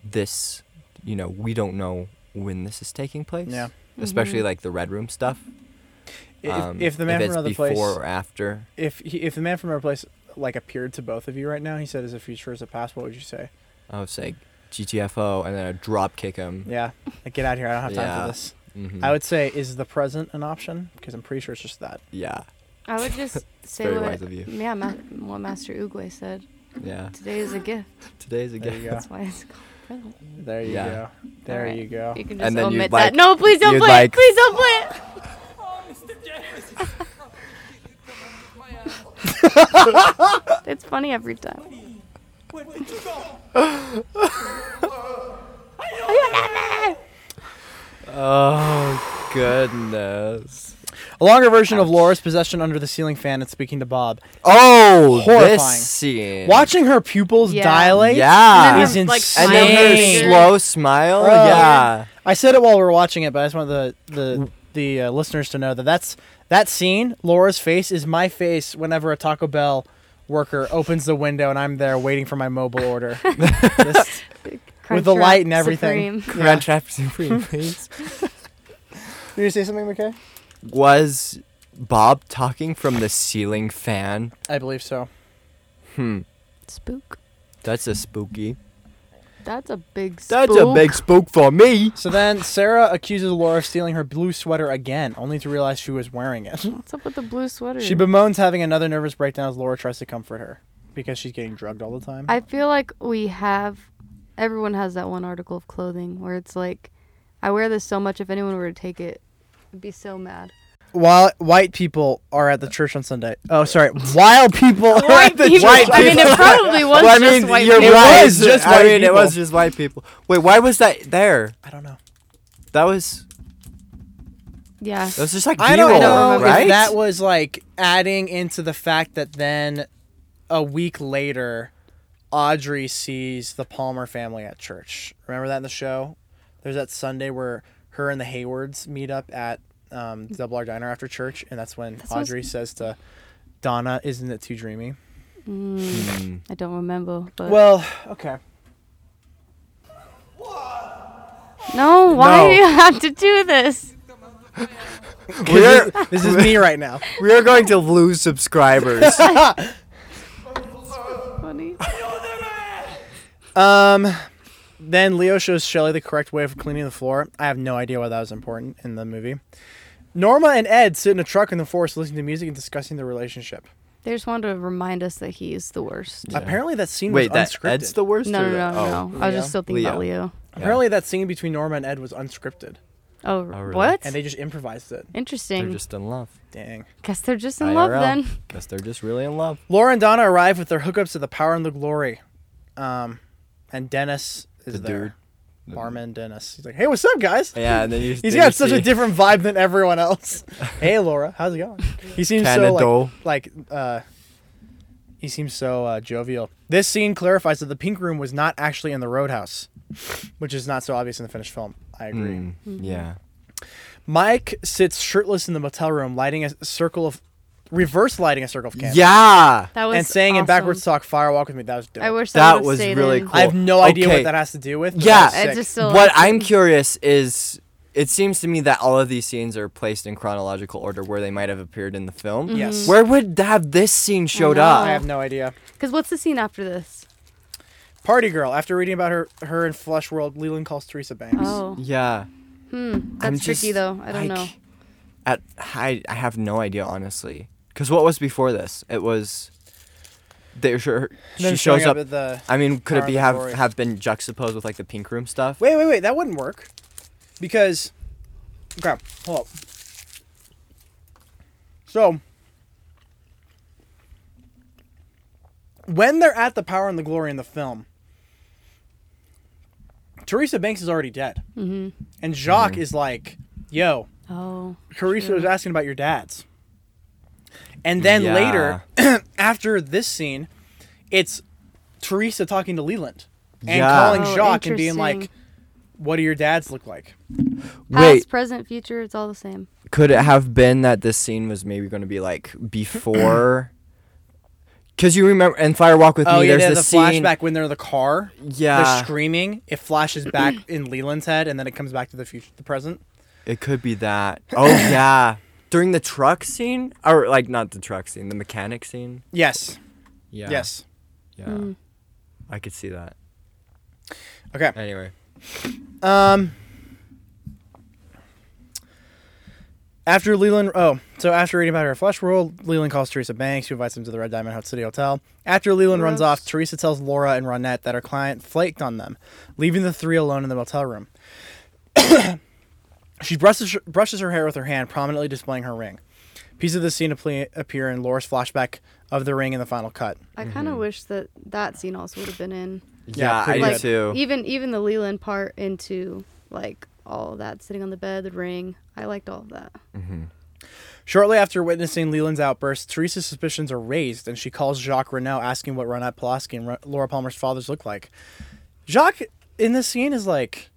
S4: this, you know, we don't know when this is taking place.
S2: Yeah.
S4: Especially like the red room stuff.
S2: if,
S4: Um,
S2: if the man
S4: it's
S2: from another
S4: before
S2: place.
S4: or after,
S2: if he, if the man from our place like appeared to both of you right now, he said, "Is a future is a past." What would you say?
S4: I would say GTFO, and then I drop kick him.
S2: Yeah, like get out of here. I don't have time
S4: Yeah.
S2: for this.
S4: Mhm.
S2: I would say, is the present an option? Because I'm pretty sure it's just that.
S4: Yeah.
S3: I would just say
S4: very
S3: what,
S4: wise of you.
S3: Yeah, ma- what Master Uguay said.
S4: Yeah.
S3: Today is a gift.
S4: Today's a
S2: There you
S4: gift.
S2: go.
S3: That's why it's called present.
S2: There you
S4: Yeah.
S2: go. There
S3: Alright.
S2: you go.
S3: You can just
S4: And then you'd
S3: omit
S4: like-
S3: that. No, please don't
S4: you'd
S3: play. it.
S4: like-
S3: please don't play. it.
S5: Oh, Mr. James.
S3: It's funny every time.
S5: Where did you go?
S4: Oh goodness.
S2: A longer version of Laura's possession under the ceiling fan and speaking to Bob.
S4: Oh,
S2: Horrifying.
S4: this scene.
S2: Watching her pupils
S3: Yeah.
S2: dilate
S4: Yeah.
S2: is
S3: And then her, like,
S2: insane.
S4: And then her
S3: Dang.
S4: slow smile.
S2: Bro.
S4: Oh, Yeah.
S2: I said it while we were watching it, but I just want the the the uh, listeners to know that that's that scene. Laura's face is my face whenever a Taco Bell worker opens the window and I'm there waiting for my mobile order. Just- With the
S3: Crunchwrap
S2: light and everything.
S3: Supreme.
S4: Crunch Rap Supreme, please.
S2: Did you say something, McKay?
S4: Was Bob talking from the ceiling fan?
S2: I believe so.
S4: Hmm.
S3: Spook.
S4: That's a spooky.
S3: That's a big spook.
S4: That's a big spook for me.
S2: So then Sarah accuses Laura of stealing her blue sweater again, only to realize she was wearing it.
S3: What's up with the blue sweater?
S2: she bemoans having another nervous breakdown as Laura tries to comfort her because she's getting drugged all the time.
S3: I feel like we have everyone has that one article of clothing where it's like I wear this so much if anyone were to take it I'd be so mad.
S2: While white people are at the church on Sunday. Oh, sorry. While people are at the
S3: people.
S2: church.
S3: I mean it probably was
S4: Well, I
S3: just
S4: mean,
S3: white
S4: you're
S3: people.
S4: right.
S2: It was just
S4: I
S2: white
S4: mean, it
S2: people.
S4: was just white people. Wait, why was that there?
S2: I don't know.
S4: That was
S3: Yeah.
S4: that was just like
S2: I
S4: B-roll,
S2: don't know
S4: right?
S2: if that was like adding into the fact that then a week later, Audrey sees the Palmer family at church. Remember that in the show? There's that Sunday where her and the Haywards meet up at um, Double R Diner after church, and that's when
S3: Hmm. That's what's-
S2: Audrey says to Donna, "Isn't it too dreamy?"
S3: Mm, I don't remember. But
S2: Well, okay.
S3: no, why do you have to do this?
S4: we're
S2: This is me right now.
S4: we're going to lose subscribers.
S3: Funny.
S2: Um, then Leo shows Shelly the correct way of cleaning the floor. I have no idea why that was important in the movie. Norma and Ed sit in a truck in the forest listening to music and discussing their relationship.
S3: They just wanted to remind us that he is the worst.
S2: Apparently, that scene
S4: Wait,
S2: was
S4: that
S2: unscripted.
S4: Ed's the worst.
S3: No,
S4: or
S3: no, no,
S4: the-
S3: no.
S4: oh.
S3: I was just still thinking about Leo.
S2: Apparently, that scene between Norma and Ed was unscripted,
S3: Oh,
S4: really?
S3: what?
S2: and they just improvised it.
S4: They're
S3: Interesting.
S4: just in love.
S2: Dang.
S3: Guess they're just in love
S4: IRL.
S3: then.
S4: Guess they're just really in love.
S2: Laura and Donna arrive with their hookups to the Power and the Glory, um, and Dennis is
S4: The
S2: there.
S4: dude.
S2: Barman Dennis. He's like, "Hey, what's up, guys?"
S4: Yeah, and then you.
S2: He's
S4: then you
S2: got such a
S4: see
S2: different vibe than everyone else. hey, Laura, how's it going? He seems so like
S4: Canada.
S2: like uh he seems so uh, jovial. This scene clarifies that the pink room was not actually in the roadhouse, which is not so obvious in the finished film. I agree.
S4: Mm, Yeah.
S2: Mike sits shirtless in the motel room, lighting a circle of reverse lighting a circle of candles.
S4: Yeah.
S3: That was
S2: and saying
S3: awesome.
S2: in backwards talk, "Firewalk with me." That was dope.
S3: I wish
S4: That
S3: would've
S4: was
S3: stayed
S4: really
S3: in.
S4: cool.
S2: I have no idea
S4: Okay.
S2: what that has to do with. but
S4: Yeah.
S2: that was
S3: I
S2: sick.
S3: just still
S4: what
S3: like
S4: I'm curious is it seems to me that all of these scenes are placed in chronological order where they might have appeared in the film.
S2: yes.
S4: Where would have this scene showed
S3: know.
S2: I
S4: up?
S2: have no idea.
S3: Because what's the scene after this?
S2: Party girl. After reading about her, her in Flesh World, Leland calls Teresa Banks.
S3: Oh,
S4: Yeah.
S3: hmm.
S4: I'm
S3: That's tricky
S4: just,
S3: though. I don't
S4: like,
S3: know.
S4: At I I have no idea honestly. Cuz what was before this? It was there sure
S2: Then
S4: she shows
S2: showing
S4: up.
S2: at the.
S4: I mean, could
S2: Power
S4: it be
S2: of the
S4: have
S2: Glory.
S4: have been juxtaposed with like the pink room stuff?
S2: Wait, wait, wait. That wouldn't work, because. Okay, hold up. So. When they're at the power and the glory in the film, Teresa Banks is already dead,
S3: Mhm.
S2: and Jacques
S4: Mm-hmm.
S2: is like, "Yo,
S3: Oh,
S2: Teresa was asking about your dad's," and then later, after this scene, it's Teresa talking to Leland and
S4: Yeah.
S2: calling
S3: Oh,
S2: Jacques and being like,
S3: interesting.
S2: "What do your dads look like?"
S3: past,
S4: Wait,
S3: present, future. It's all the same.
S4: could it have been that this scene was maybe going to be like before? Because you remember in Fire Walk with
S2: Oh
S4: Me,
S2: yeah,
S4: there's
S2: yeah, the
S4: this scene.
S2: flashback when they're in the car, they're
S4: Yeah,
S2: screaming. It flashes back in Leland's head, and then it comes back to the future, the present.
S4: it could be that. Oh yeah, during the truck scene, or like not the truck scene, the mechanic scene.
S2: Yes,
S4: Yeah.
S2: yes.
S4: Yeah.
S3: Mm.
S4: I could see that.
S2: Okay.
S4: Anyway.
S2: Um. After Leland, oh, so after reading about her flesh world, Leland calls Teresa Banks, who invites him to the Red Diamond Hot City Hotel. After Leland runs
S3: Gross.
S2: off, Teresa tells Laura and Ronette that her client flaked on them, leaving the three alone in the motel room. she brushes brushes her hair with her hand, prominently displaying her ring. Pieces of the scene appli- appear in Laura's flashback of the ring in the final cut.
S3: I
S4: Mm-hmm.
S3: kind of wish that that scene also would have been in.
S4: Yeah, I
S2: pretty
S4: do
S2: good.
S4: too.
S3: Even even the Leland part into like all that sitting on the bed, the ring. I liked all of that.
S2: Shortly after witnessing Leland's outburst, Teresa's suspicions are raised, and she calls Jacques Renault, asking what Renat Pulaski and Re- Laura Palmer's fathers look like. Jacques in this scene is like,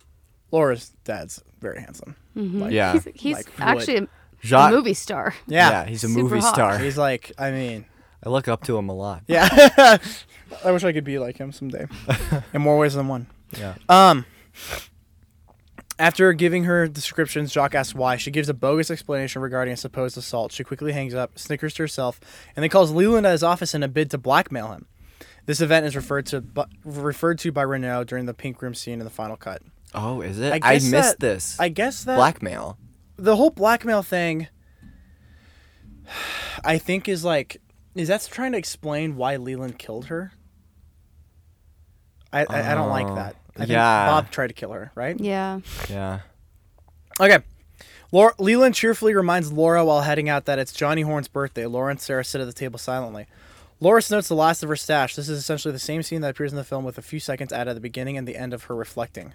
S2: Laura's dad's very handsome. Like,
S4: Yeah.
S3: He's, he's
S2: Like what?
S3: actually a,
S4: Jacques-
S3: a movie star.
S2: yeah,
S4: he's a
S3: Super
S4: movie
S3: hot.
S4: star.
S2: He's like, I mean,
S4: I look up to him a lot.
S2: yeah. I wish I could be like him someday, in more ways than one.
S4: Yeah.
S2: Um. After giving her descriptions, Jacques asks why. She gives a bogus explanation regarding a supposed assault. She quickly hangs up, snickers to herself, and then calls Leland at his office in a bid to blackmail him. This event is referred to bu- referred to by Renault during the pink room scene in the final cut.
S4: Oh, is it? I,
S2: guess
S4: missed
S2: that-
S4: this.
S2: I guess that
S4: Blackmail.
S2: the whole blackmail thing I think is like is that's trying to explain why Leland killed her? I I, I don't like
S4: Oh,
S2: that. I think
S4: yeah.
S2: Bob tried to kill her, right?
S3: Yeah.
S4: Yeah.
S2: Okay. Laura, Leland cheerfully reminds Laura while heading out that it's Johnny Horn's birthday. Laura and Sarah sit at the table silently. Laura notes the last of her stash. This is essentially the same scene that appears in the film with a few seconds added at the beginning and the end of her reflecting.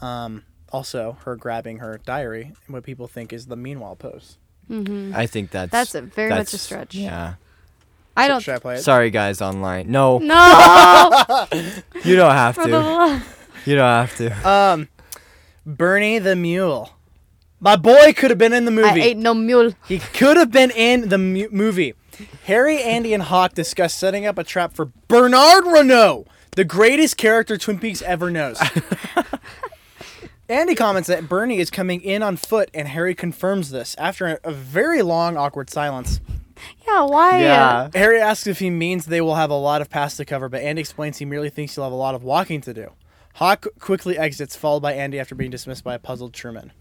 S2: Um, also, her grabbing her diary, and what people think is the meanwhile pose.
S4: I think that's
S3: Mm. That's a- very much a
S4: that's-
S3: stretch.
S4: Yeah.
S3: I don't.
S2: Should I play it?
S4: Sorry guys online. No,
S3: No.
S4: you don't have
S3: for the
S4: to.
S3: Uh, love.
S4: You don't have to.
S2: Bernie the Mule. My boy could have been in the
S3: I
S2: movie.
S3: ate no mule.
S2: He could have been in the mu- movie. Harry, Andy, and Hawk discuss setting up a trap for Bernard Renault, the greatest character Twin Peaks ever knows. Andy comments that Bernie is coming in on foot, and Harry confirms this after a- a very long, awkward silence.
S3: Yeah. Why?
S4: Yeah.
S2: Harry asks if he means they will have a lot of paths to cover, but Andy explains he merely thinks he'll have a lot of walking to do. Hawk quickly exits, followed by Andy after being dismissed by a puzzled Truman.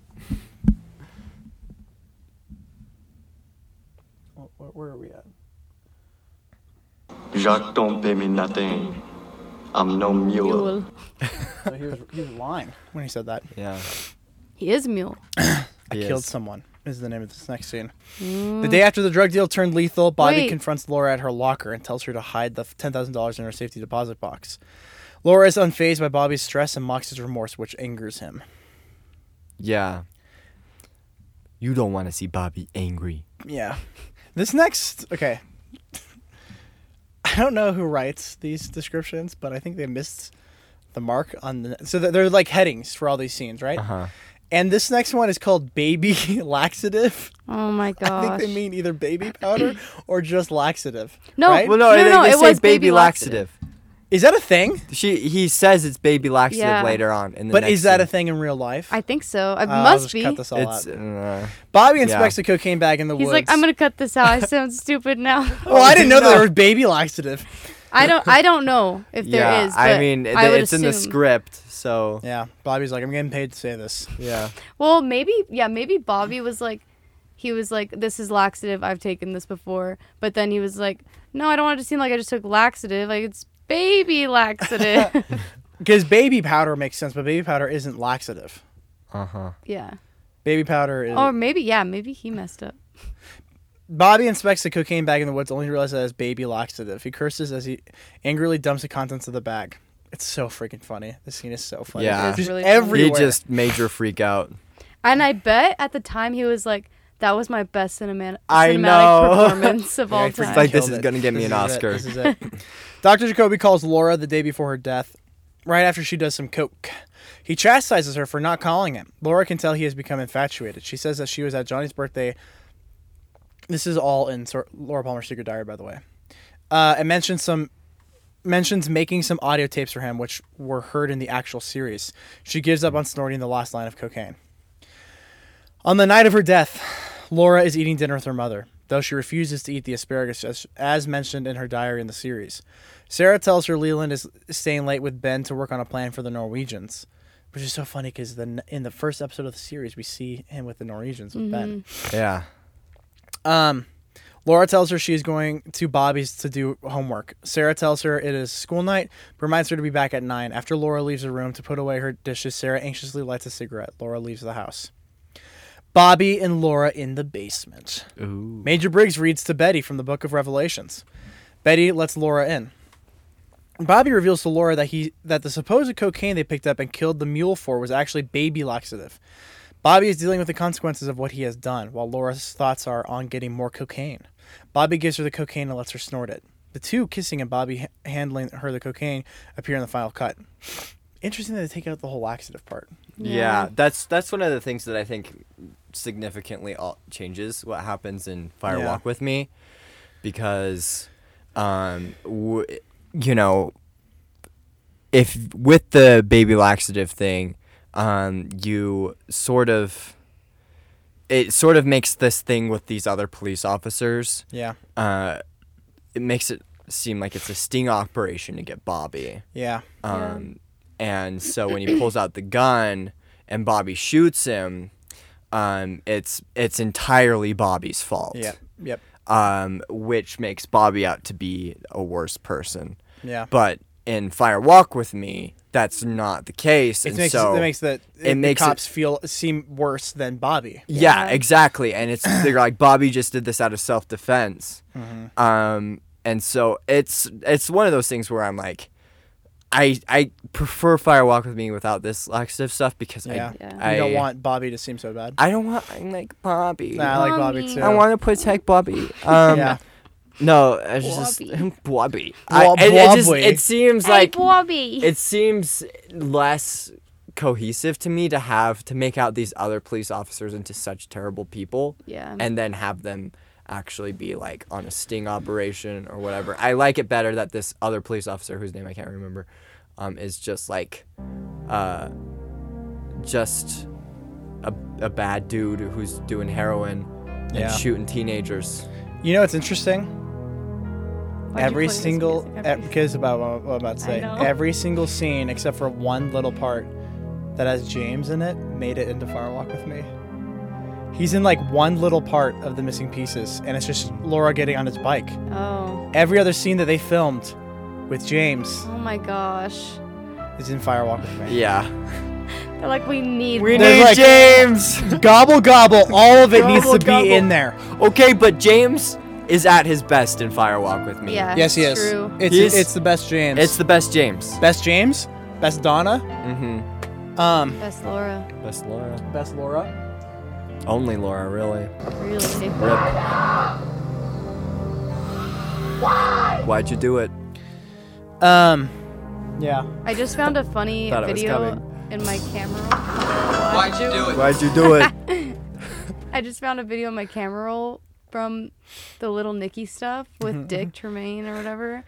S2: Where, where are we at?
S7: Jacques don't pay me nothing. I'm no mule.
S3: Mule.
S2: So he, was, he was lying when he said that.
S4: Yeah.
S3: He is mule.
S2: I
S4: He
S2: killed
S4: is.
S2: someone is the name of this next scene. The day after the drug deal turned lethal, Bobby
S3: Wait.
S2: confronts Laura at her locker and tells her to hide the ten thousand dollars in her safety deposit box. Laura is unfazed by Bobby's stress and mocks his remorse, which angers him.
S4: Yeah. You don't want to see Bobby angry.
S2: Yeah. This next, okay. I don't know who writes these descriptions, but I think they missed the mark on the. So they're- they're like headings for all these scenes, right?
S4: Uh-huh.
S2: And this next one is called Baby Laxative.
S3: Oh my
S2: I think
S3: gosh.
S2: they mean either baby powder or just laxative.
S3: No,
S2: right?
S4: Well, no,
S3: No,
S4: they,
S3: no,
S4: they
S3: it
S4: say
S3: was
S4: baby
S3: baby
S4: laxative.
S3: laxative.
S2: Is that a thing?
S4: She he says it's baby laxative
S3: Yeah.
S4: later on. In the
S2: But
S4: next
S2: is that a
S4: scene.
S2: thing in real life?
S3: I think so. It
S2: Uh, I'll
S3: must
S2: just
S3: be.
S2: Cut this all
S4: It's
S2: out.
S4: uh,
S2: Bobby
S4: yeah.
S2: inspects a cocaine bag in the
S3: He's
S2: woods.
S3: like, I'm gonna cut this out. I sound stupid now.
S2: Well, I didn't know that
S4: No.
S2: there was baby laxative.
S3: I don't. I don't know if
S4: yeah.
S3: there is.
S4: I
S3: but
S4: mean,
S3: I would
S4: it's in the
S3: assume-
S4: script, so
S2: Yeah, Bobby's like, I'm getting paid to say this.
S4: yeah.
S3: Well, maybe. Yeah, maybe Bobby was like, he was like, this is laxative. I've taken this before. But then he was like, no, I don't want it to seem like I just took laxative. Like it's baby laxative.
S2: Because baby powder makes sense, but baby powder isn't laxative.
S4: Uh huh.
S3: yeah.
S2: Baby powder is.
S3: Or maybe. Yeah. Maybe he messed up.
S2: Bobby inspects a cocaine bag in the woods, only to realize that it's baby laxative. He curses as he angrily dumps the contents of the bag. It's so freaking funny. This scene is so funny.
S4: Yeah. It is
S2: Just
S3: really funny. He
S2: everywhere.
S4: He just major freak out.
S3: And I bet at the time he was like, that was my best cinemat- cinematic
S4: I know.
S3: performance of
S2: Yeah, I
S3: all
S2: freaking
S3: time.
S4: Like, this
S2: killed
S4: is
S2: it.
S4: gonna get me
S2: This
S4: an
S2: is it.
S4: Oscar.
S2: This is it. Dr. Jacoby calls Laura the day before her death, right after she does some coke. He chastises her for not calling him. Laura can tell he has become infatuated. She says that she was at Johnny's birthday. This is all in Sor- Laura Palmer's secret diary, by the way. Uh, it mentions some mentions making some audio tapes for him, which were heard in the actual series. She gives up on snorting the last line of cocaine. On the night of her death, Laura is eating dinner with her mother, though she refuses to eat the asparagus as, as mentioned in her diary in the series. Sarah tells her Leland is staying late with Ben to work on a plan for the Norwegians, which is so funny because in the first episode of the series, we see him with the Norwegians with Ben.
S4: Yeah.
S2: Laura tells her she is going to Bobby's to do homework. Sarah tells her it is school night, but reminds her to be back at 9. After Laura leaves the room to put away her dishes, Sarah anxiously lights a cigarette. Laura leaves the house. Bobby and Laura in the basement.
S4: Ooh.
S2: Major Briggs reads to Betty from the Book of Revelations. Betty lets Laura in. Bobby reveals to Laura that he that the supposed cocaine they picked up and killed the mule for was actually baby laxative. Bobby is dealing with the consequences of what he has done, while Laura's thoughts are on getting more cocaine. Bobby gives her the cocaine and lets her snort it. The two kissing and Bobby h- handling her the cocaine appear in the final cut. Interesting that they take out the whole laxative part.
S4: Yeah.
S3: Yeah.
S4: that's that's one of the things that I think significantly al- changes what happens in Fire
S2: Yeah.
S4: Walk with Me, because, um, w- you know, if with the baby laxative thing, um, you sort of, it sort of makes this thing with these other police officers,
S2: Yeah.
S4: uh, it makes it seem like it's a sting operation to get Bobby.
S2: Yeah.
S3: Yeah.
S4: Um, And so when he pulls out the gun and Bobby shoots him, um, it's it's entirely Bobby's fault.
S2: Yep. Yep.
S4: Um, which makes Bobby out to be a worse person.
S2: Yeah.
S4: But in Fire Walk with Me, that's not the case.
S2: it
S4: and
S2: makes
S4: so
S2: it makes the,
S4: it makes it-
S2: the cops feel seem worse than Bobby.
S4: Yeah,
S3: Yeah.
S4: exactly. And it's they're like Bobby just did this out of self defense.
S2: Mm-hmm.
S4: Um, and so it's it's one of those things where I'm like, I I prefer Fire Walk with me without this laxative stuff because
S2: Yeah.
S4: I
S3: Yeah. You
S4: I
S2: You don't want Bobby to seem so bad.
S4: I don't want I'm like Bobby.
S2: Nah, I like
S3: Mommy.
S2: Bobby too.
S4: I want to protect Bobby. Um,
S2: yeah.
S4: No, I was just Bobby. I,
S2: Bob-
S4: it, it just
S2: Bobby.
S4: it seems like
S3: Bobby.
S4: it seems less cohesive to me to have to make out these other police officers into such terrible people
S3: Yeah.
S4: and then have them actually be like on a sting operation or whatever i like it better that this other police officer whose name i can't remember um, is just like uh, just a, a bad dude who's doing heroin and
S2: Yeah.
S4: shooting teenagers
S2: You know what's interesting?
S3: Why'd you play
S2: every
S3: this
S2: single
S3: music?
S2: e- because about what I'm about to
S3: I
S2: say.
S3: know.
S2: Every single scene except for one little part that has James in it made it into Fire Walk with Me. He's in like one little part of the missing pieces, and it's just Laura getting on his bike.
S3: Oh.
S2: Every other scene that they filmed with James
S3: Oh my gosh.
S2: is in Fire Walk with Me.
S4: yeah
S3: They're like, we need.
S4: we
S2: There's
S4: need
S2: like-
S4: james
S2: Gobble gobble, all of it needs to
S4: Gobble,
S2: be
S4: gobble.
S2: in there.
S4: Okay, but James is at his best in Firewalk with me.
S3: Yeah.
S2: Yes, he is.
S3: True.
S2: It's
S4: He's-
S2: it's the best James.
S4: It's the best James.
S2: best James, best Donna,
S4: Mm-hmm.
S2: um,
S3: Best Laura.
S4: Best Laura.
S2: best Laura.
S4: Only Laura, really.
S3: Really.
S4: Rip. Why'd you do it?
S2: Um, yeah.
S3: I just found a funny
S4: Thought it was
S3: video
S4: coming.
S3: in my camera. roll.
S7: Why'd you do it?
S4: Why'd you do it?
S3: I just found a video in my camera roll from the Little Nicky stuff with Dick Tremaine or whatever,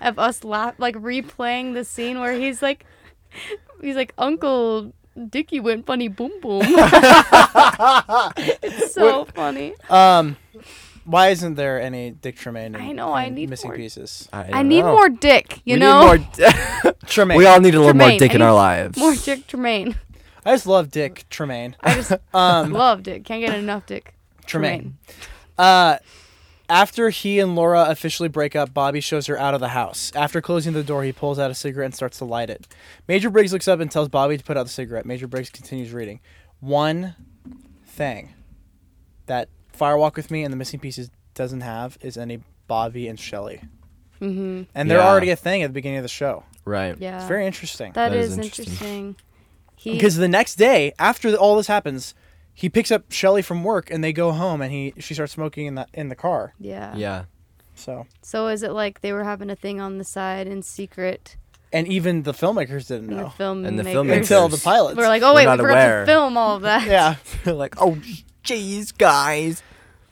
S3: of us laugh like replaying the scene where he's like, he's like Uncle Dickie went funny boom boom. it's so funny.
S2: Um, why isn't there any Dick Tremaine? in-
S3: I know, I
S2: in
S3: need
S2: missing
S3: more.
S2: pieces.
S4: don't
S3: I need
S4: know.
S3: more Dick. You
S4: We need
S3: know,
S4: more d-
S2: Tremaine.
S4: we all need a little more
S3: Tremaine,
S4: dick
S3: I
S4: in our
S3: need
S4: lives.
S3: more Dick Tremaine.
S2: I just love Dick Tremaine.
S3: I just
S2: Um,
S3: love Dick. Can't get enough Dick.
S2: Tremaine. Uh, after he and Laura officially break up, Bobby shows her out of the house. After closing the door, he pulls out a cigarette and starts to light it. Major Briggs looks up and tells Bobby to put out the cigarette. Major Briggs continues reading. One thing that Firewalk with Me and the Missing Pieces doesn't have is any Bobby and Shelley.
S3: Mm-hmm.
S2: And they're
S4: Yeah.
S2: already a thing at the beginning of the show.
S4: Right.
S3: Yeah.
S2: It's very interesting.
S3: that is, interesting. He
S2: because the next day after th- all this happens he picks up Shelly from work and they go home and he she starts smoking in the in the car
S3: yeah.
S4: Yeah.
S2: so
S3: So is it like they were having a thing on the side in secret
S2: and even the filmmakers didn't
S3: and the
S2: know
S3: film
S4: And the filmmakers.
S2: until the pilots
S3: We're like, oh wait,
S4: We're
S3: we
S4: not
S3: forgot
S4: aware.
S3: to film all of that.
S2: yeah
S4: like, oh, jeez, guys.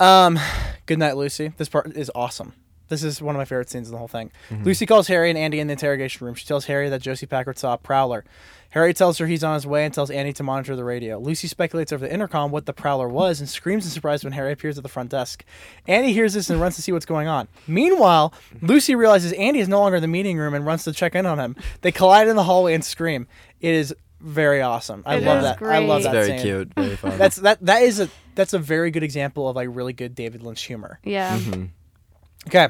S2: um good night Lucy this part is awesome this is one of my favorite scenes in the whole thing
S4: Mm-hmm.
S2: Lucy calls Harry and Andy in the interrogation room she tells Harry that Josie Packard saw a prowler Harry tells her he's on his way and tells Andy to monitor the radio. Lucy speculates over the intercom what the prowler was and screams in surprise when Harry appears at the front desk. Andy hears this and runs to see what's going on. Meanwhile, Lucy realizes Andy is no longer in the meeting room and runs to check in on him. They collide in the hallway and scream. It is very awesome. I
S3: It
S2: love
S3: is
S2: that. I love
S3: great.
S4: It's
S2: that.
S4: very
S2: scene.
S4: cute. Very fun.
S2: That's that. That is a that's a very good example of like really good David Lynch humor.
S3: Yeah.
S4: Mm-hmm.
S2: Okay,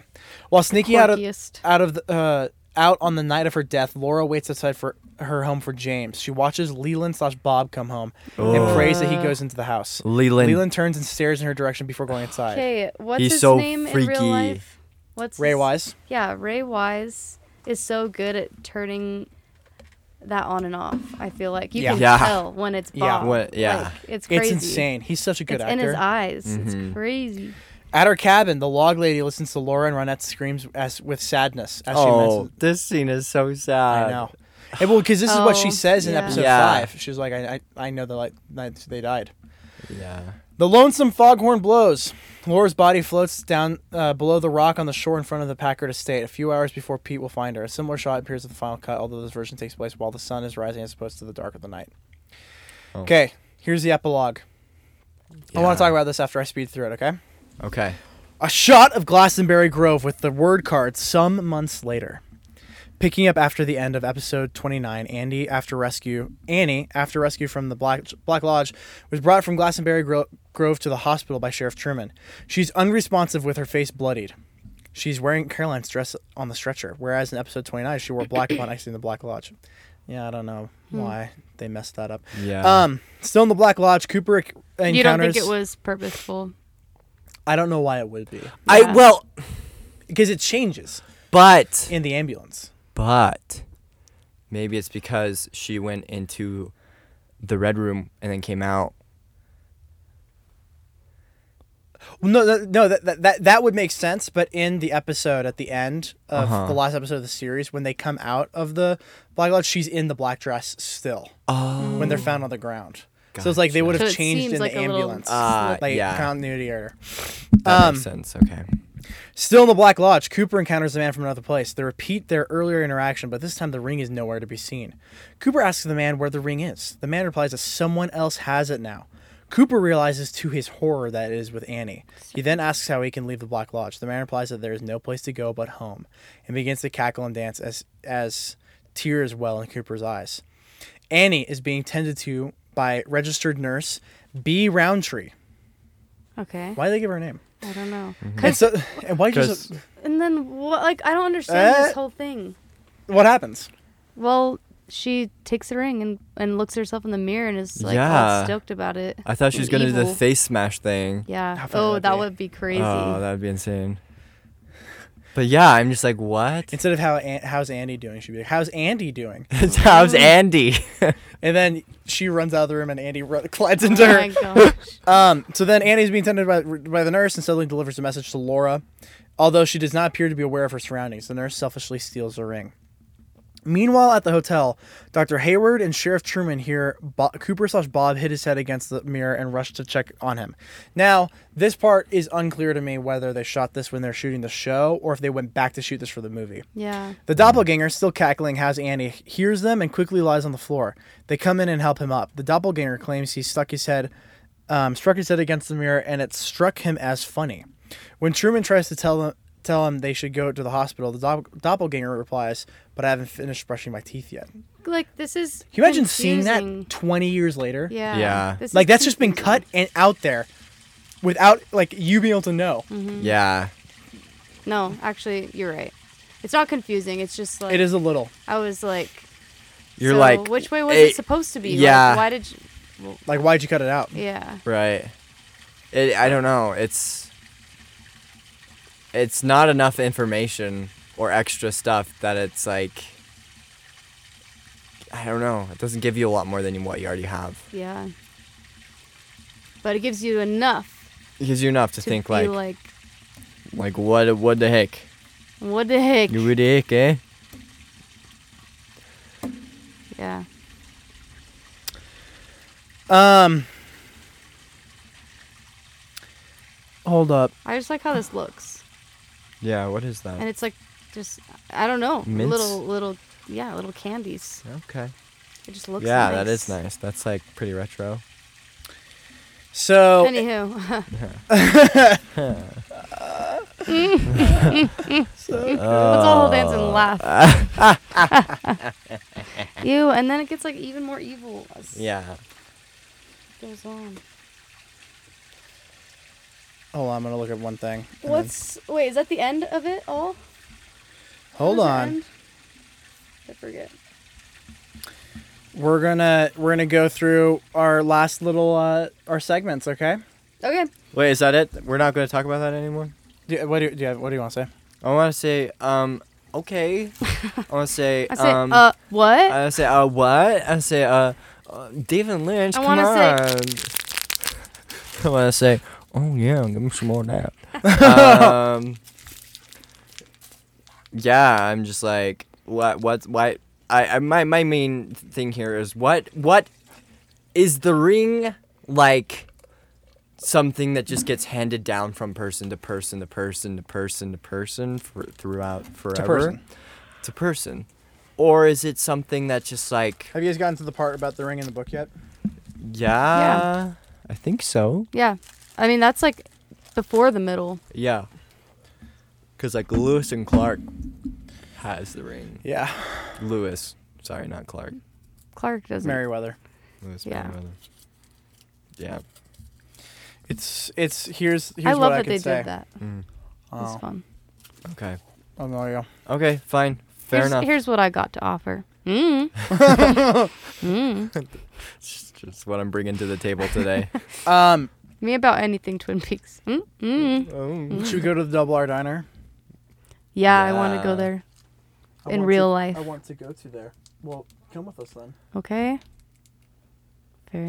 S2: while sneaking out of
S3: Quirkiest.
S2: out of the, uh, out on the night of her death, Laura waits outside for her home for James. She watches Leland slash Bob come home and prays that he goes into the house.
S4: Leland.
S2: Leland turns and stares in her direction before going inside.
S3: Okay, what's
S4: He's
S3: his
S4: so
S3: name in
S4: freaky.
S3: real life? What's
S2: Ray
S3: his-
S2: Wise.
S3: Yeah, Ray Wise is so good at turning that on and off. I feel like you
S2: Yeah.
S3: can
S4: Yeah.
S3: tell when it's
S2: Yeah.
S3: bomb.
S4: What- yeah.
S3: Like, it's crazy.
S2: It's insane. He's such a good
S3: It's
S2: actor.
S3: in his eyes.
S4: Mm-hmm.
S3: It's crazy.
S2: At her cabin, the log lady listens to Laura and Ronette screams as, with sadness as she
S4: Oh,
S2: mentions.
S4: this scene is so sad.
S2: I know. And well, because this is what she
S3: Oh,
S2: says in
S3: yeah.
S2: episode
S4: Yeah.
S2: five. She's like, I, I, I know the like night they died.
S4: Yeah.
S2: The lonesome foghorn blows. Laura's body floats down uh, below the rock on the shore in front of the Packard estate a few hours before Pete will find her. A similar shot appears in the final cut, although this version takes place while the sun is rising as opposed to the dark of the night. Okay, here's the epilogue. I want to talk about this after I speed through it, okay?
S4: Okay.
S2: A shot of Glastonbury Grove with the word card some months later. Picking up after the end of episode 29, Andy after rescue, Annie after rescue from the Black, Black Lodge was brought from Glastonbury Gro- Grove to the hospital by Sheriff Truman. She's unresponsive with her face bloodied. She's wearing Caroline's dress on the stretcher, whereas in episode 29 she wore black upon exiting the Black Lodge. Yeah, I don't know
S3: Hmm.
S2: why they messed that up.
S4: Yeah.
S2: Um, still in the Black Lodge, Cooper ec- encounters.
S3: You don't think it was purposeful?
S2: I don't know why it would be
S4: I
S3: Yeah.
S4: well,
S2: because it changes.
S4: but
S2: in the ambulance.
S4: but maybe it's because she went into the red room and then came out.
S2: Well, no, that, no, that, that that that would make sense. But in the episode at the end of
S4: Uh-huh.
S2: the last episode of the series, when they come out of the black lodge, she's in the black dress still
S4: Oh.
S2: when they're found on the ground. So it's like they would have
S3: So it
S2: changed
S3: seems
S2: in
S3: like
S2: the
S3: a little
S2: ambulance,
S4: Ah,
S2: like
S4: yeah.
S2: continuity error.
S4: That
S2: um,
S4: makes sense. Okay.
S2: Still in the Black Lodge, Cooper encounters the man from another place. They repeat their earlier interaction, but this time the ring is nowhere to be seen. Cooper asks the man where the ring is. The man replies that someone else has it now. Cooper realizes to his horror that it is with Annie. He then asks how he can leave the Black Lodge. The man replies that there is no place to go but home and begins to cackle and dance as as tears well in Cooper's eyes. Annie is being tended to by registered nurse B Roundtree.
S3: Okay.
S2: Why do they give her a name?
S3: I don't know.
S4: Mm-hmm.
S2: And so and why
S4: Because
S2: just
S3: And then what? Like I don't understand
S2: Eh?
S3: this whole thing.
S2: what happens?
S3: Well, she takes the ring and and looks herself in the mirror and is like
S4: Yeah.
S3: all stoked about it.
S4: I thought she was gonna do the
S3: Evil.
S4: face smash thing.
S3: Yeah.
S2: How funny
S3: Oh,
S2: would that
S3: that
S2: be?
S3: would be crazy.
S4: Oh, that would be insane. But yeah, I'm just like, what?
S2: instead of how An- how's Andy doing, she'd be like, "How's Andy doing?"
S4: It's how's Andy?
S3: Mm.
S2: And then she runs out of the room, and Andy ru- collides into
S3: oh my
S2: her.
S3: gosh.
S2: Um, so then Andy's being tended by by the nurse, and suddenly delivers a message to Laura. Although she does not appear to be aware of her surroundings, the nurse selfishly steals the ring. Meanwhile, at the hotel, Dr. Hayward and Sheriff Truman hear Bo- Cooper slash Bob hit his head against the mirror and rush to check on him. Now, this part is unclear to me whether they shot this when they're shooting the show or if they went back to shoot this for the movie.
S3: yeah.
S2: The doppelganger, still cackling, has Annie, hears them, and quickly lies on the floor. They come in and help him up. The doppelganger claims he stuck his head, um, struck his head against the mirror, and it struck him as funny. When Truman tries to tell them, tell him they should go to the hospital, the dop- doppelganger replies, "But I haven't finished brushing my teeth yet." Can
S3: Like this is.
S2: you imagine seeing
S3: confusing.
S2: that twenty years later?
S3: Yeah.
S4: Yeah.
S3: This
S2: like
S3: is
S2: that's just been cut
S3: confusing.
S2: and out there, without like you being able to know.
S4: yeah.
S3: No, actually, you're right. It's not confusing. It's just like
S2: It is a little
S3: I was like.
S4: You're
S3: so
S4: like,
S3: Which way was
S4: eh,
S3: it supposed to be? Like,
S4: yeah.
S3: why did? You,
S2: like why'd you cut it out?
S3: yeah.
S4: Right. It, I don't know. It's it's not enough information or extra stuff that it's like I don't know. It doesn't give you a lot more than what you already have.
S3: Yeah. But it gives you enough
S4: It gives you enough to,
S3: to
S4: think
S3: be
S4: like,
S3: like,
S4: like what what the heck?
S3: what the heck?
S4: You would heck, eh?
S3: Yeah.
S2: Um. Hold up.
S3: I just like how this looks,
S4: Yeah, what is
S3: and
S4: that?
S3: it's like just I don't know,
S4: Mints?
S3: little little yeah, little candies.
S4: Okay.
S3: It just looks.
S4: yeah,
S3: nice.
S4: that is nice. That's like pretty retro.
S2: So
S3: Anywho, let's all hold hands and laugh. Ew, and then it gets like even more evil as
S4: Yeah. Mm-hmm.
S3: it goes on.
S2: hold on, I'm gonna look at one thing. and then-
S3: What's wait? Is that the end of it all? How
S2: Hold
S3: does it
S2: on.
S3: end? I forget.
S2: We're gonna we're gonna go through our last little uh, our segments. Okay.
S3: Okay.
S4: Wait, is that it? We're not going to talk about that anymore?
S2: Do, what do you, do you have, what do you want to say?
S4: I want to say, um, okay. I want to say,
S3: I say,
S4: um,
S3: uh, what?
S4: I say, uh, what? I say, uh, uh David Lynch.
S3: I
S4: come
S3: wanna say-
S4: on. I want to say, oh yeah, give me some more of that. um, yeah, I'm just like, what? What? Why? I, I my my main thing here is what what is the ring like something that just gets handed down from person to person to person to person to person for, throughout forever
S2: person.
S4: to person or is it something that's just like
S2: Have you guys gotten to the part about the ring in the book yet?
S4: yeah, i think so
S3: yeah. I mean, that's like before the middle.
S4: yeah because like lewis and clark has the ring
S2: Yeah.
S4: lewis sorry not clark
S3: Clark doesn't.
S2: Merriweather.
S4: lewis
S3: Yeah.
S4: Merriweather. yeah
S2: It's it's here's here's
S3: I love
S2: what I
S3: that
S2: could
S3: they
S2: say.
S3: did that. It's
S2: Oh,
S3: fun.
S4: Mm. okay
S2: oh no, yeah.
S4: okay fine fair
S3: here's,
S4: enough
S3: Here's what I got to offer. Mm.
S4: It's just what i'm bringing to the table today
S2: Um,
S3: Me about anything Twin Peaks. Mm? Mm.
S2: Uh,
S3: Yeah,
S2: should we go to the Double R Diner?
S3: I want to
S4: Yeah.
S3: go there
S2: I
S3: in
S2: want
S3: real
S2: to-
S3: life.
S2: I want to go to there. Well, come with us then.
S3: Okay. Fair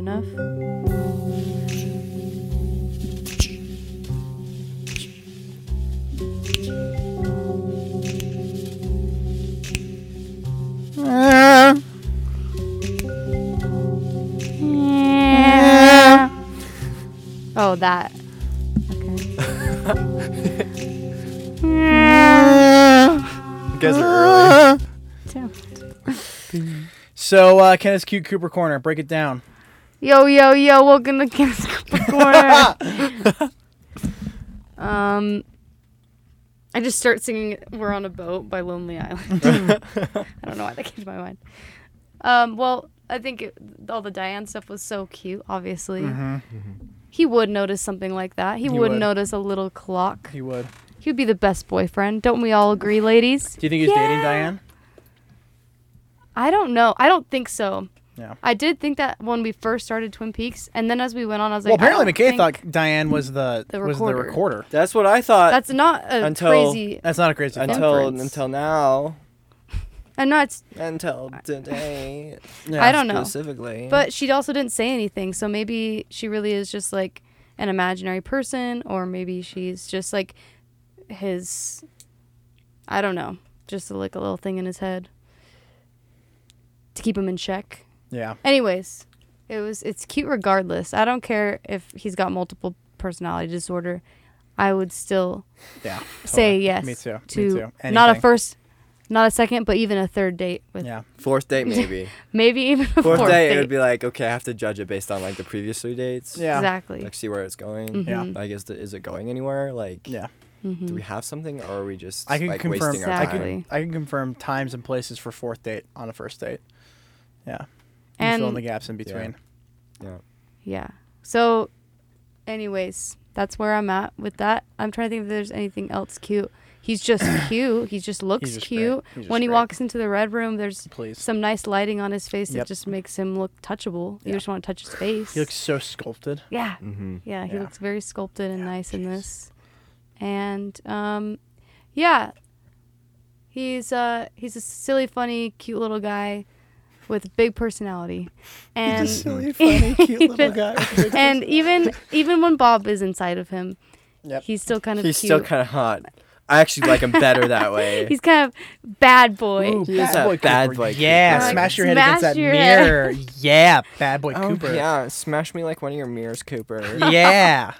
S3: enough. Oh, that. Okay.
S4: you guys are early
S3: Damn.
S2: So, uh, Kenneth's cute Cooper corner. Break it down.
S3: Yo, yo, yo, welcome to Kim's Cooper Corner. um, I just start singing We're on a Boat by Lonely Island. I don't know why that came to my mind. Um, well, I think it, all the Diane stuff was so cute, obviously. He would notice something like that. He, would,
S2: Mm-hmm. would.
S3: notice a little clock.
S2: He would.
S3: He would be the best boyfriend. Don't we all agree, ladies?
S2: Do you think he's dating
S3: Yeah.
S2: Diane?
S3: I don't know. I don't think so.
S2: Yeah.
S3: I did think that when we first started Twin Peaks, and then as we went on, I was
S2: Well,
S3: like, I
S2: apparently
S3: don't
S2: McKay
S3: think-
S2: thought Diane was the,
S3: The
S2: was the
S3: recorder.
S2: recorder.
S4: that's what i
S2: Uh,
S4: thought
S3: That's not a
S4: Until-
S3: crazy.
S2: That's not a crazy thought.
S4: until
S3: inference.
S4: until now
S3: And no, it's.
S4: until today
S3: I don't know.
S4: specifically
S3: But she also didn't say anything, so maybe she really is just like an imaginary person, or maybe she's just like his. I don't know, just like a little thing in his head to keep him in check.
S2: Yeah.
S3: Anyways, it was it's cute regardless. I don't care if he's got multiple personality disorder. I would still
S2: Yeah.
S3: say
S2: totally.
S3: yes.
S2: Oh, Me too.
S3: To
S2: Me too.
S3: not a
S2: Anything.
S3: first, not a second, but even a third date with
S2: Yeah.
S4: fourth date maybe
S3: maybe even a
S4: fourth,
S3: fourth,
S4: date,
S3: date.
S4: it would be like okay i have to judge it based on like the previous three dates
S2: Yeah.
S3: Exactly.
S4: like see where it's going
S3: Mm-hmm.
S2: Yeah.
S4: like is, the, is it going anywhere like
S2: Yeah.
S4: do we have something or are we just
S2: I can
S4: like
S2: confirm.
S4: wasting our
S2: I
S4: time
S3: Exactly.
S2: can I can confirm times and places for fourth date on a first date. Yeah. You fill in
S3: And-
S2: the gaps in between.
S4: yeah
S3: Yeah. So, anyways, that's where I'm at with that. I'm trying to think if there's anything else cute. He's just cute. He just looks
S2: just great.
S3: cute.
S2: He's just
S3: when he
S2: great.
S3: walks into the red room, there's
S2: Please.
S3: some nice lighting on his face
S2: Yep.
S3: that just makes him look touchable. You
S2: Yeah.
S3: just want to touch his face.
S2: He looks so sculpted.
S3: yeah. Yeah, he
S2: Yeah.
S3: looks very sculpted and nice in this. And um yeah. He's uh he's a silly, funny, cute little guy with big personality. And even- and even even when Bob is inside of him,
S2: Yep.
S3: he's still kind of
S4: he's
S3: cute.
S4: still kind of hot i actually like him better that way
S3: he's kind of bad boy.
S2: Ooh,
S4: He's a
S2: boy
S4: bad
S2: Cooper.
S4: boy
S2: Yeah,
S4: Cooper.
S2: smash your head
S3: Smash
S2: against that
S3: your head.
S2: mirror. Yeah, bad boy
S4: oh,
S2: Cooper.
S4: yeah smash me like one of your mirrors cooper
S2: Yeah.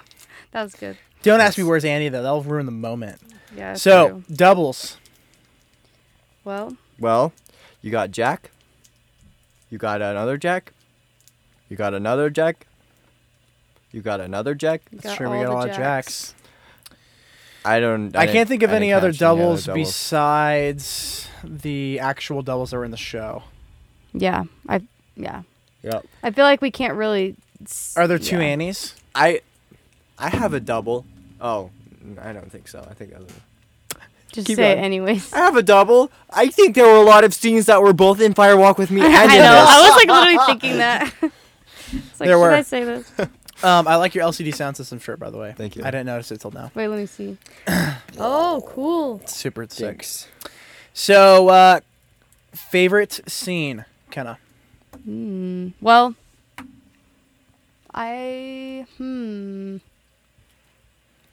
S3: That was good.
S2: Don't ask me where's Andy though. That'll ruin the moment.
S3: Yeah.
S2: so
S3: true.
S2: doubles.
S3: well,
S4: well you got jack you got another jack you got another jack you got another jack
S3: we
S2: That's
S3: got
S2: true.
S3: all
S2: We got
S3: the
S2: a lot of
S3: jacks.
S2: jacks.
S4: I don't.
S2: I can't think of any other doubles
S4: besides.
S2: besides the actual doubles that were in the show.
S3: Yeah, I yeah.
S4: Yep.
S3: I feel like we can't really. s-
S2: Are there two
S4: Yeah.
S2: Annies?
S4: I, I have a double. Oh, n- I don't think so. I think I,
S3: Just say
S2: Keep
S3: it
S2: going.
S3: anyways.
S4: I have a double. I think there were a lot of scenes that were both in Firewalk with me and
S3: I
S4: in
S3: know.
S4: this.
S3: I was like literally thinking that. it's like,
S2: There
S3: should
S2: were.
S3: I say this?
S2: Um, I like your LCD sound system shirt, by the way.
S4: Thank you.
S2: I didn't notice it till now.
S3: Wait, let me see.
S8: Oh, cool.
S2: It's super sick.
S4: Thanks.
S2: So, uh, favorite scene, Kenna?
S3: Hmm. Well, I hmm.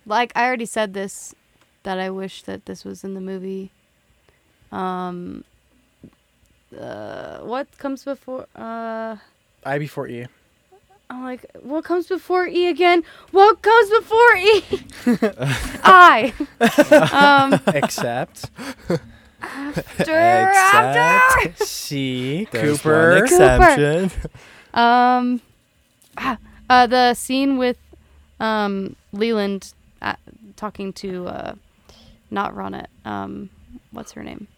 S3: Like I already said this, that I wish that this was in the movie. Um. Uh, what comes before? Uh,
S2: I before E.
S3: I'm like, what comes before E again? What comes before E? I. um.
S2: Except
S3: After. After.
S2: C.
S4: There's
S2: Cooper.
S4: one exception.
S3: Um, ah, uh, the scene with um, Leland uh, talking to uh, not Ronette. Um, what's her name?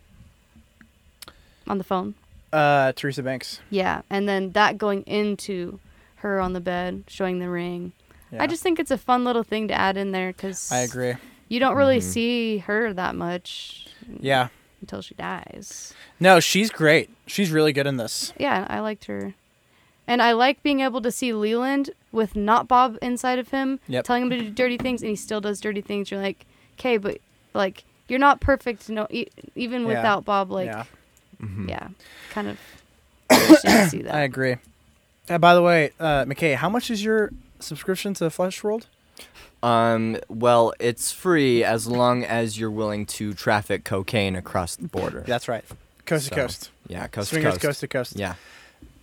S3: On the phone.
S2: Uh, Teresa Banks.
S3: Yeah, and then that going into her on the bed, showing the ring.
S2: Yeah,
S3: I just think it's a fun little thing to add in there because
S2: I agree. Mm-hmm.
S3: You don't really see her that much
S2: Yeah.
S3: until she dies.
S2: No, she's great. She's really good in this.
S3: Yeah, I liked her. And I like being able to see Leland with not Bob inside of him,
S2: Yep.
S3: telling him to do dirty things, and he still does dirty things. You're like, okay, but like you're not perfect, no, e- even
S2: Yeah.
S3: without Bob. Like,
S2: yeah,
S3: yeah, kind of. interesting to see that.
S2: I agree. Uh, by the way, uh, McKay, how much is your subscription to Flesh World?
S4: Um, well, it's free as long as you're willing to traffic cocaine across the border.
S2: That's right. Coast
S4: So,
S2: to coast.
S4: Yeah, coast
S2: Swingers
S4: to
S2: coast.
S4: coast.
S2: to coast.
S4: Yeah.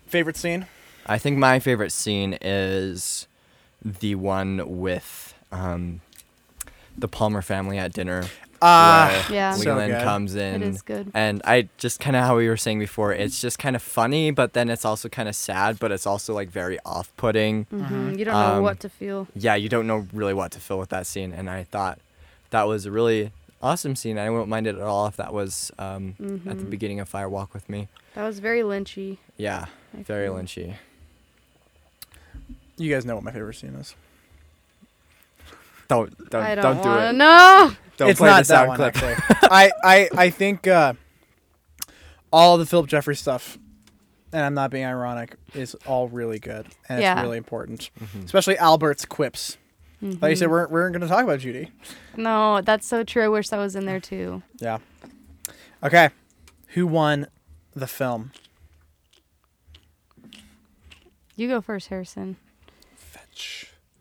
S2: Favorite scene?
S4: I think my favorite scene is the one with um, the Palmer family at dinner.
S2: Ah,
S4: where
S3: Yeah.
S2: So
S4: Leland
S2: good.
S4: comes in.
S3: is good.
S4: And I just kind of how we were saying before, it's just kind of funny, but then it's also kind of sad, but it's also like very off putting.
S3: Mhm, You don't know
S4: Um,
S3: what to feel.
S4: Yeah, you don't know really what to fill with that scene. And I thought that was a really awesome scene. I wouldn't mind it at all if that was um, at
S3: Mm-hmm.
S4: the beginning of Fire Walk with Me.
S3: That was very Lynchy.
S4: Yeah,
S3: I
S4: very
S3: feel.
S4: lynchy.
S2: you guys know what my favorite scene is.
S4: Don't don't
S3: I
S4: don't
S3: don't,
S4: do
S3: want
S4: it.
S3: to know.
S4: Don't
S2: it's
S4: play
S2: not
S4: the
S2: that
S4: sound
S2: one.
S4: clip.
S2: Actually. I, I, I think uh, all the Philip Jeffrey stuff, and I'm not being ironic, is all really good and
S3: Yeah.
S2: it's really important,
S4: Mm-hmm.
S2: especially Albert's quips. Like
S3: Mm-hmm.
S2: you said, we're we're going to talk about Judy.
S3: No, that's so true. I wish that was in there too.
S2: Yeah. Okay, who won the film?
S3: You go first, Harrison.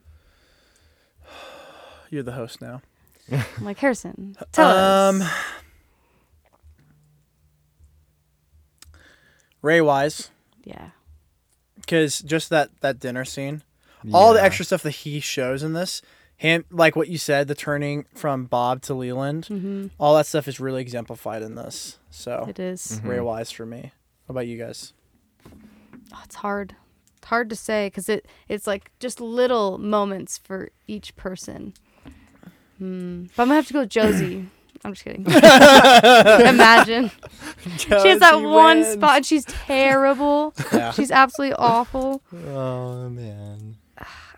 S2: You're the host now.
S3: I'm like Harrison, tell
S2: Um,
S3: us.
S2: Ray Wise,
S3: Yeah.
S2: because just that that dinner scene, all the
S4: Yeah.
S2: extra stuff that he shows in this, him like what you said, the turning from Bob to Leland, all that stuff is really exemplified in this. So
S3: Mm-hmm. It is.
S4: Mm-hmm.
S2: Ray Wise for me. How about you guys?
S3: Oh, it's hard. It's hard to say because it it's like just little moments for each person. Hmm. But I'm gonna have to go with Josie. I'm just kidding. Imagine she has that one spot. and She's terrible.
S2: Yeah.
S3: She's absolutely awful.
S4: Oh man.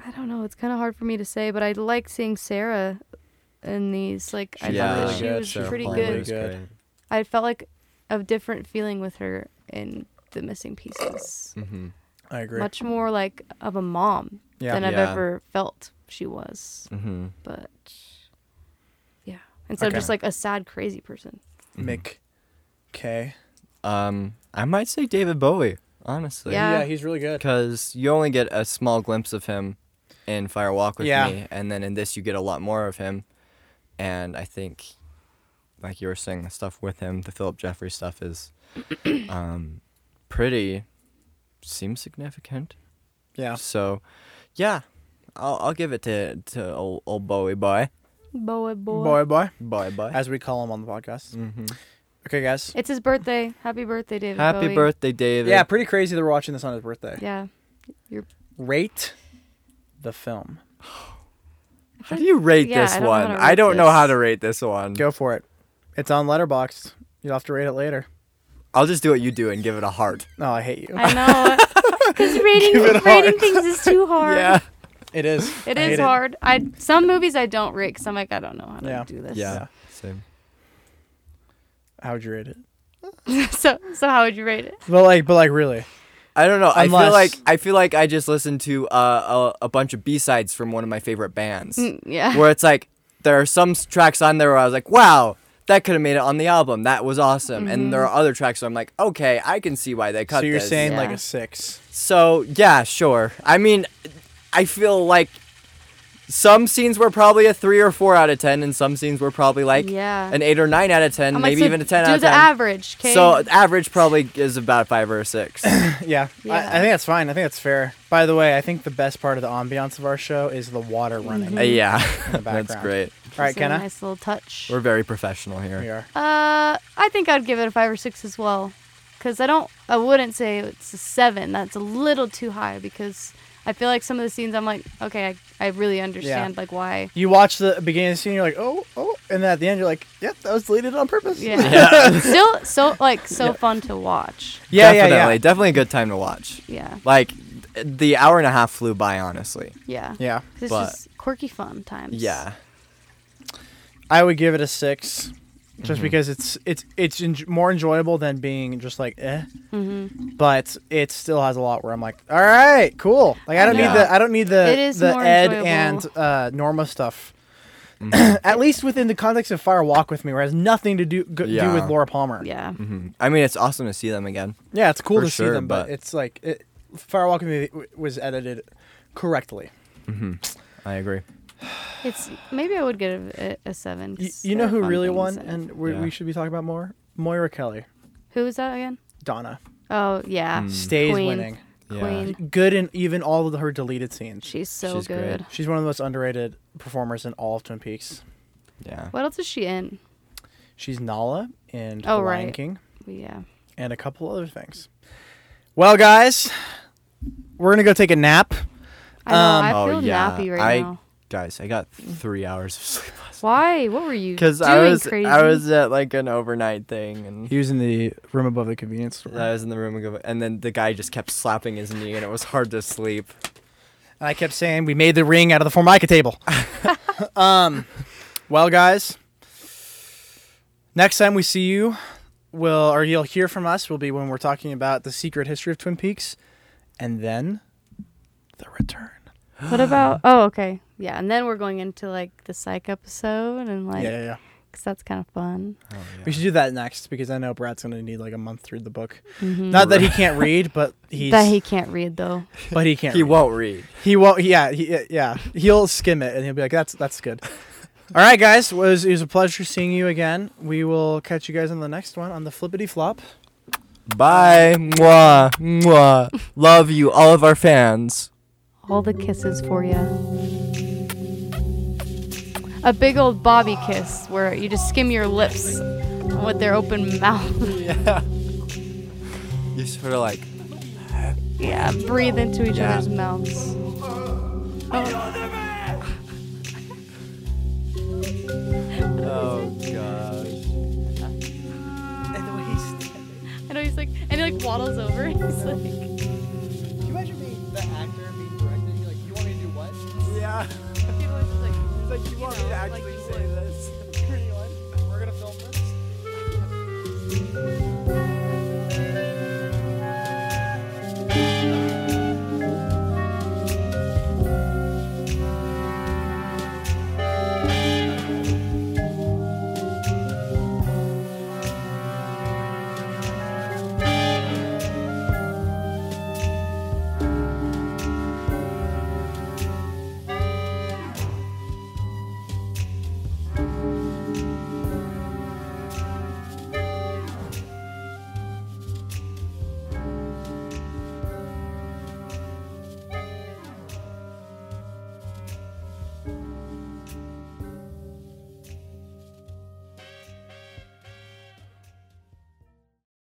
S3: I don't know. It's kind of hard for me to say, but I like seeing Sarah in these. Like I
S4: Yeah.
S3: thought
S2: really
S3: that she
S2: good,
S3: was
S2: Sarah
S3: pretty
S2: Palmer.
S3: good.
S2: Really good.
S3: I felt like a different feeling with her in the missing pieces.
S4: Mm-hmm.
S2: I agree.
S3: much more like of a mom
S2: Yeah.
S3: than I've
S4: Yeah.
S3: ever felt she was.
S4: Mm-hmm.
S3: But yeah, instead
S2: Okay.
S3: of just like a sad, crazy person.
S4: Mm-hmm.
S2: Mick K.
S4: Um, I might say David Bowie, honestly.
S3: Yeah.
S2: he's really good.
S4: Because you only get a small glimpse of him in Fire Walk with
S2: Yeah.
S4: Me, and then in this you get a lot more of him. And I think, like you were saying, the stuff with him, the Philip Jeffrey stuff is, um, pretty, seems significant.
S2: Yeah.
S4: So, yeah, I'll I'll give it to to old, old Bowie boy,
S3: Boy, boy.
S2: Boy, oh boy,
S4: boy boy.
S2: as we call him on the podcast.
S4: mm-hmm.
S2: Okay, guys.
S3: It's his birthday. Happy birthday, David.
S4: Happy
S3: Bowie.
S4: birthday, David.
S2: Yeah, pretty crazy that we're watching this on his birthday.
S3: Yeah.
S2: Rate the film.
S4: How do you rate
S3: Yeah,
S4: this
S3: I don't know how
S4: one?
S3: to
S4: I
S3: rate
S4: don't know how
S3: this.
S4: to rate this one.
S2: Go for it. It's on Letterboxd. You'll have to rate it later.
S4: I'll just do what you do and give it a heart.
S2: No, I hate you.
S3: I know. Because rating, rating things is too hard.
S2: It is.
S3: It
S2: I
S3: is
S2: hate
S3: hard. I some movies I don't rate because I'm like I don't know how to
S2: Yeah.
S3: do this.
S4: Yeah. Same.
S2: How would you rate it?
S3: so so how would you rate it?
S2: But like, but like, really,
S4: I don't know. I feel
S2: Unless-
S4: like I feel like I just listened to uh, a, a bunch of B sides from one of my favorite bands.
S3: Mm, yeah.
S4: Where it's like there are some s- tracks on there where I was like, wow, that could have made it on the album. That was awesome. And there are other tracks where I'm like, okay, I can see why they cut.
S2: So you're
S4: this."
S2: saying like
S3: Yeah.
S2: a six.
S4: So yeah, sure. I mean, I feel like some scenes were probably a three or four out of ten, and some scenes were probably like
S3: Yeah.
S4: an eight or nine out of 10
S3: I'm like,
S4: maybe
S3: so
S4: even a ten
S3: do
S4: out of
S3: the
S4: ten.
S3: average, okay?
S4: So average probably is about a five or a six. Uh,
S2: Yeah, I,
S3: Yeah.
S2: I think that's fine. I think that's fair. By the way, I think the best part of the ambiance of our show is the water running.
S4: Uh, yeah,
S2: the
S4: that's
S2: background.
S4: great.
S2: All right,
S3: Just a
S2: Kenna,
S3: Mm-hmm. Nice little touch.
S4: We're very professional here.
S2: we are.
S3: Uh, I think I'd give it a five or six as well, because I don't, I wouldn't say it's a seven. That's a little too high because I feel like some of the scenes I'm like, okay, I, I really understand like why.
S2: You watch the beginning of the scene, you're like, oh, oh, and then at the end, you're like, yep, that was deleted on purpose.
S3: Yeah. Still, so like so fun to watch.
S2: yeah, yeah,
S4: definitely,
S2: yeah.
S4: definitely a good time to watch.
S3: Yeah,
S4: Like th- the hour and a half flew by, honestly.
S3: yeah.
S2: Yeah.
S3: 'Cause It's
S4: But-
S3: just quirky fun times.
S4: Yeah,
S2: I would give it a six,
S4: Mm-hmm.
S2: just because it's it's it's enj- more enjoyable than being just like eh.
S3: Mm-hmm.
S2: But it still has a lot where I'm like, all right, cool. Like I don't
S4: Yeah.
S2: need the I don't need the
S3: It is
S2: the
S3: more
S2: Ed
S3: enjoyable.
S2: and uh, Norma stuff.
S4: Mm-hmm.
S2: At least within the context of Fire Walk with Me, where it has nothing to do go, do
S4: Yeah.
S2: with Laura Palmer.
S3: Yeah.
S4: Hmm. I mean it's awesome to see them again.
S2: Yeah, it's cool
S4: For
S2: to see
S4: sure,
S2: them, but,
S4: but-
S2: it's like it, Fire Walk with Me w- was edited correctly.
S4: I agree.
S3: It's maybe I would give it a, a seven.
S2: You,
S3: 'cause
S2: you know
S3: there are
S2: who
S3: fun
S2: really
S3: things
S2: won,
S3: in it.
S2: and we,
S4: Yeah.
S2: we should be talking about more Moira Kelly,
S3: who is that again?
S2: Donna
S4: Mm-hmm.
S3: Oh yeah,
S2: stays
S3: Queen.
S2: winning.
S4: Yeah.
S3: Queen.
S2: good in even all of her deleted scenes.
S3: She's so
S4: She's great.
S3: good.
S2: She's one of the most underrated performers in all of Twin Peaks.
S4: Yeah.
S3: What else is she in?
S2: She's Nala in
S3: Oh,
S2: The Lion
S3: right.
S2: King
S3: Yeah.
S2: and a couple other things. Well, guys, we're gonna go take a nap.
S3: I know.
S2: Um,
S3: I
S4: oh
S3: feel
S4: yeah.
S3: nappy right
S4: I
S3: now.
S4: guys, I got three hours of sleep last
S3: Why? What were you?
S4: because
S3: Because
S4: I was
S3: crazy?
S4: I was at like an overnight thing and.
S2: He was in the room above the convenience store.
S4: I was in the room and go- and then the guy just kept slapping his knee and it was hard to sleep.
S2: I kept saying we made the ring out of the formica table. um, well, guys, next time we see you, will or you'll hear from us will be when we're talking about the secret history of Twin Peaks, and then the return.
S3: What about? Oh, okay. Yeah, and then we're going into like the psych episode and like,
S2: Yeah, yeah,
S3: because
S2: yeah.
S3: that's kind of fun.
S2: We should do that next because I know Brad's gonna need like a month to read the book. Not that he can't read, but he's
S3: that Mm-hmm. he can't read though.
S2: but he can't.
S4: He
S2: read.
S4: won't read.
S2: He won't. Yeah, he, yeah. He'll skim it and he'll be like, "That's that's good." All right, guys. It was, it was a pleasure seeing you again. We will catch you guys on the next one on the flippity flop.
S4: Bye. Mwah. Mwah. Love you, all of our fans.
S3: All the kisses for you. A big old Bobby kiss where you just skim your lips with their open mouth.
S4: You sort of like.
S3: yeah, breathe into each
S4: Yeah.
S3: other's mouths.
S5: Um,
S4: Oh gosh.
S3: I know he's like, and he like waddles over. He's like,
S2: Can you imagine being the actor being directed? You're like, you want me to do what?
S4: Yeah.
S3: people are just like.
S4: Like you want me to
S3: like
S4: actually
S3: you
S4: say this?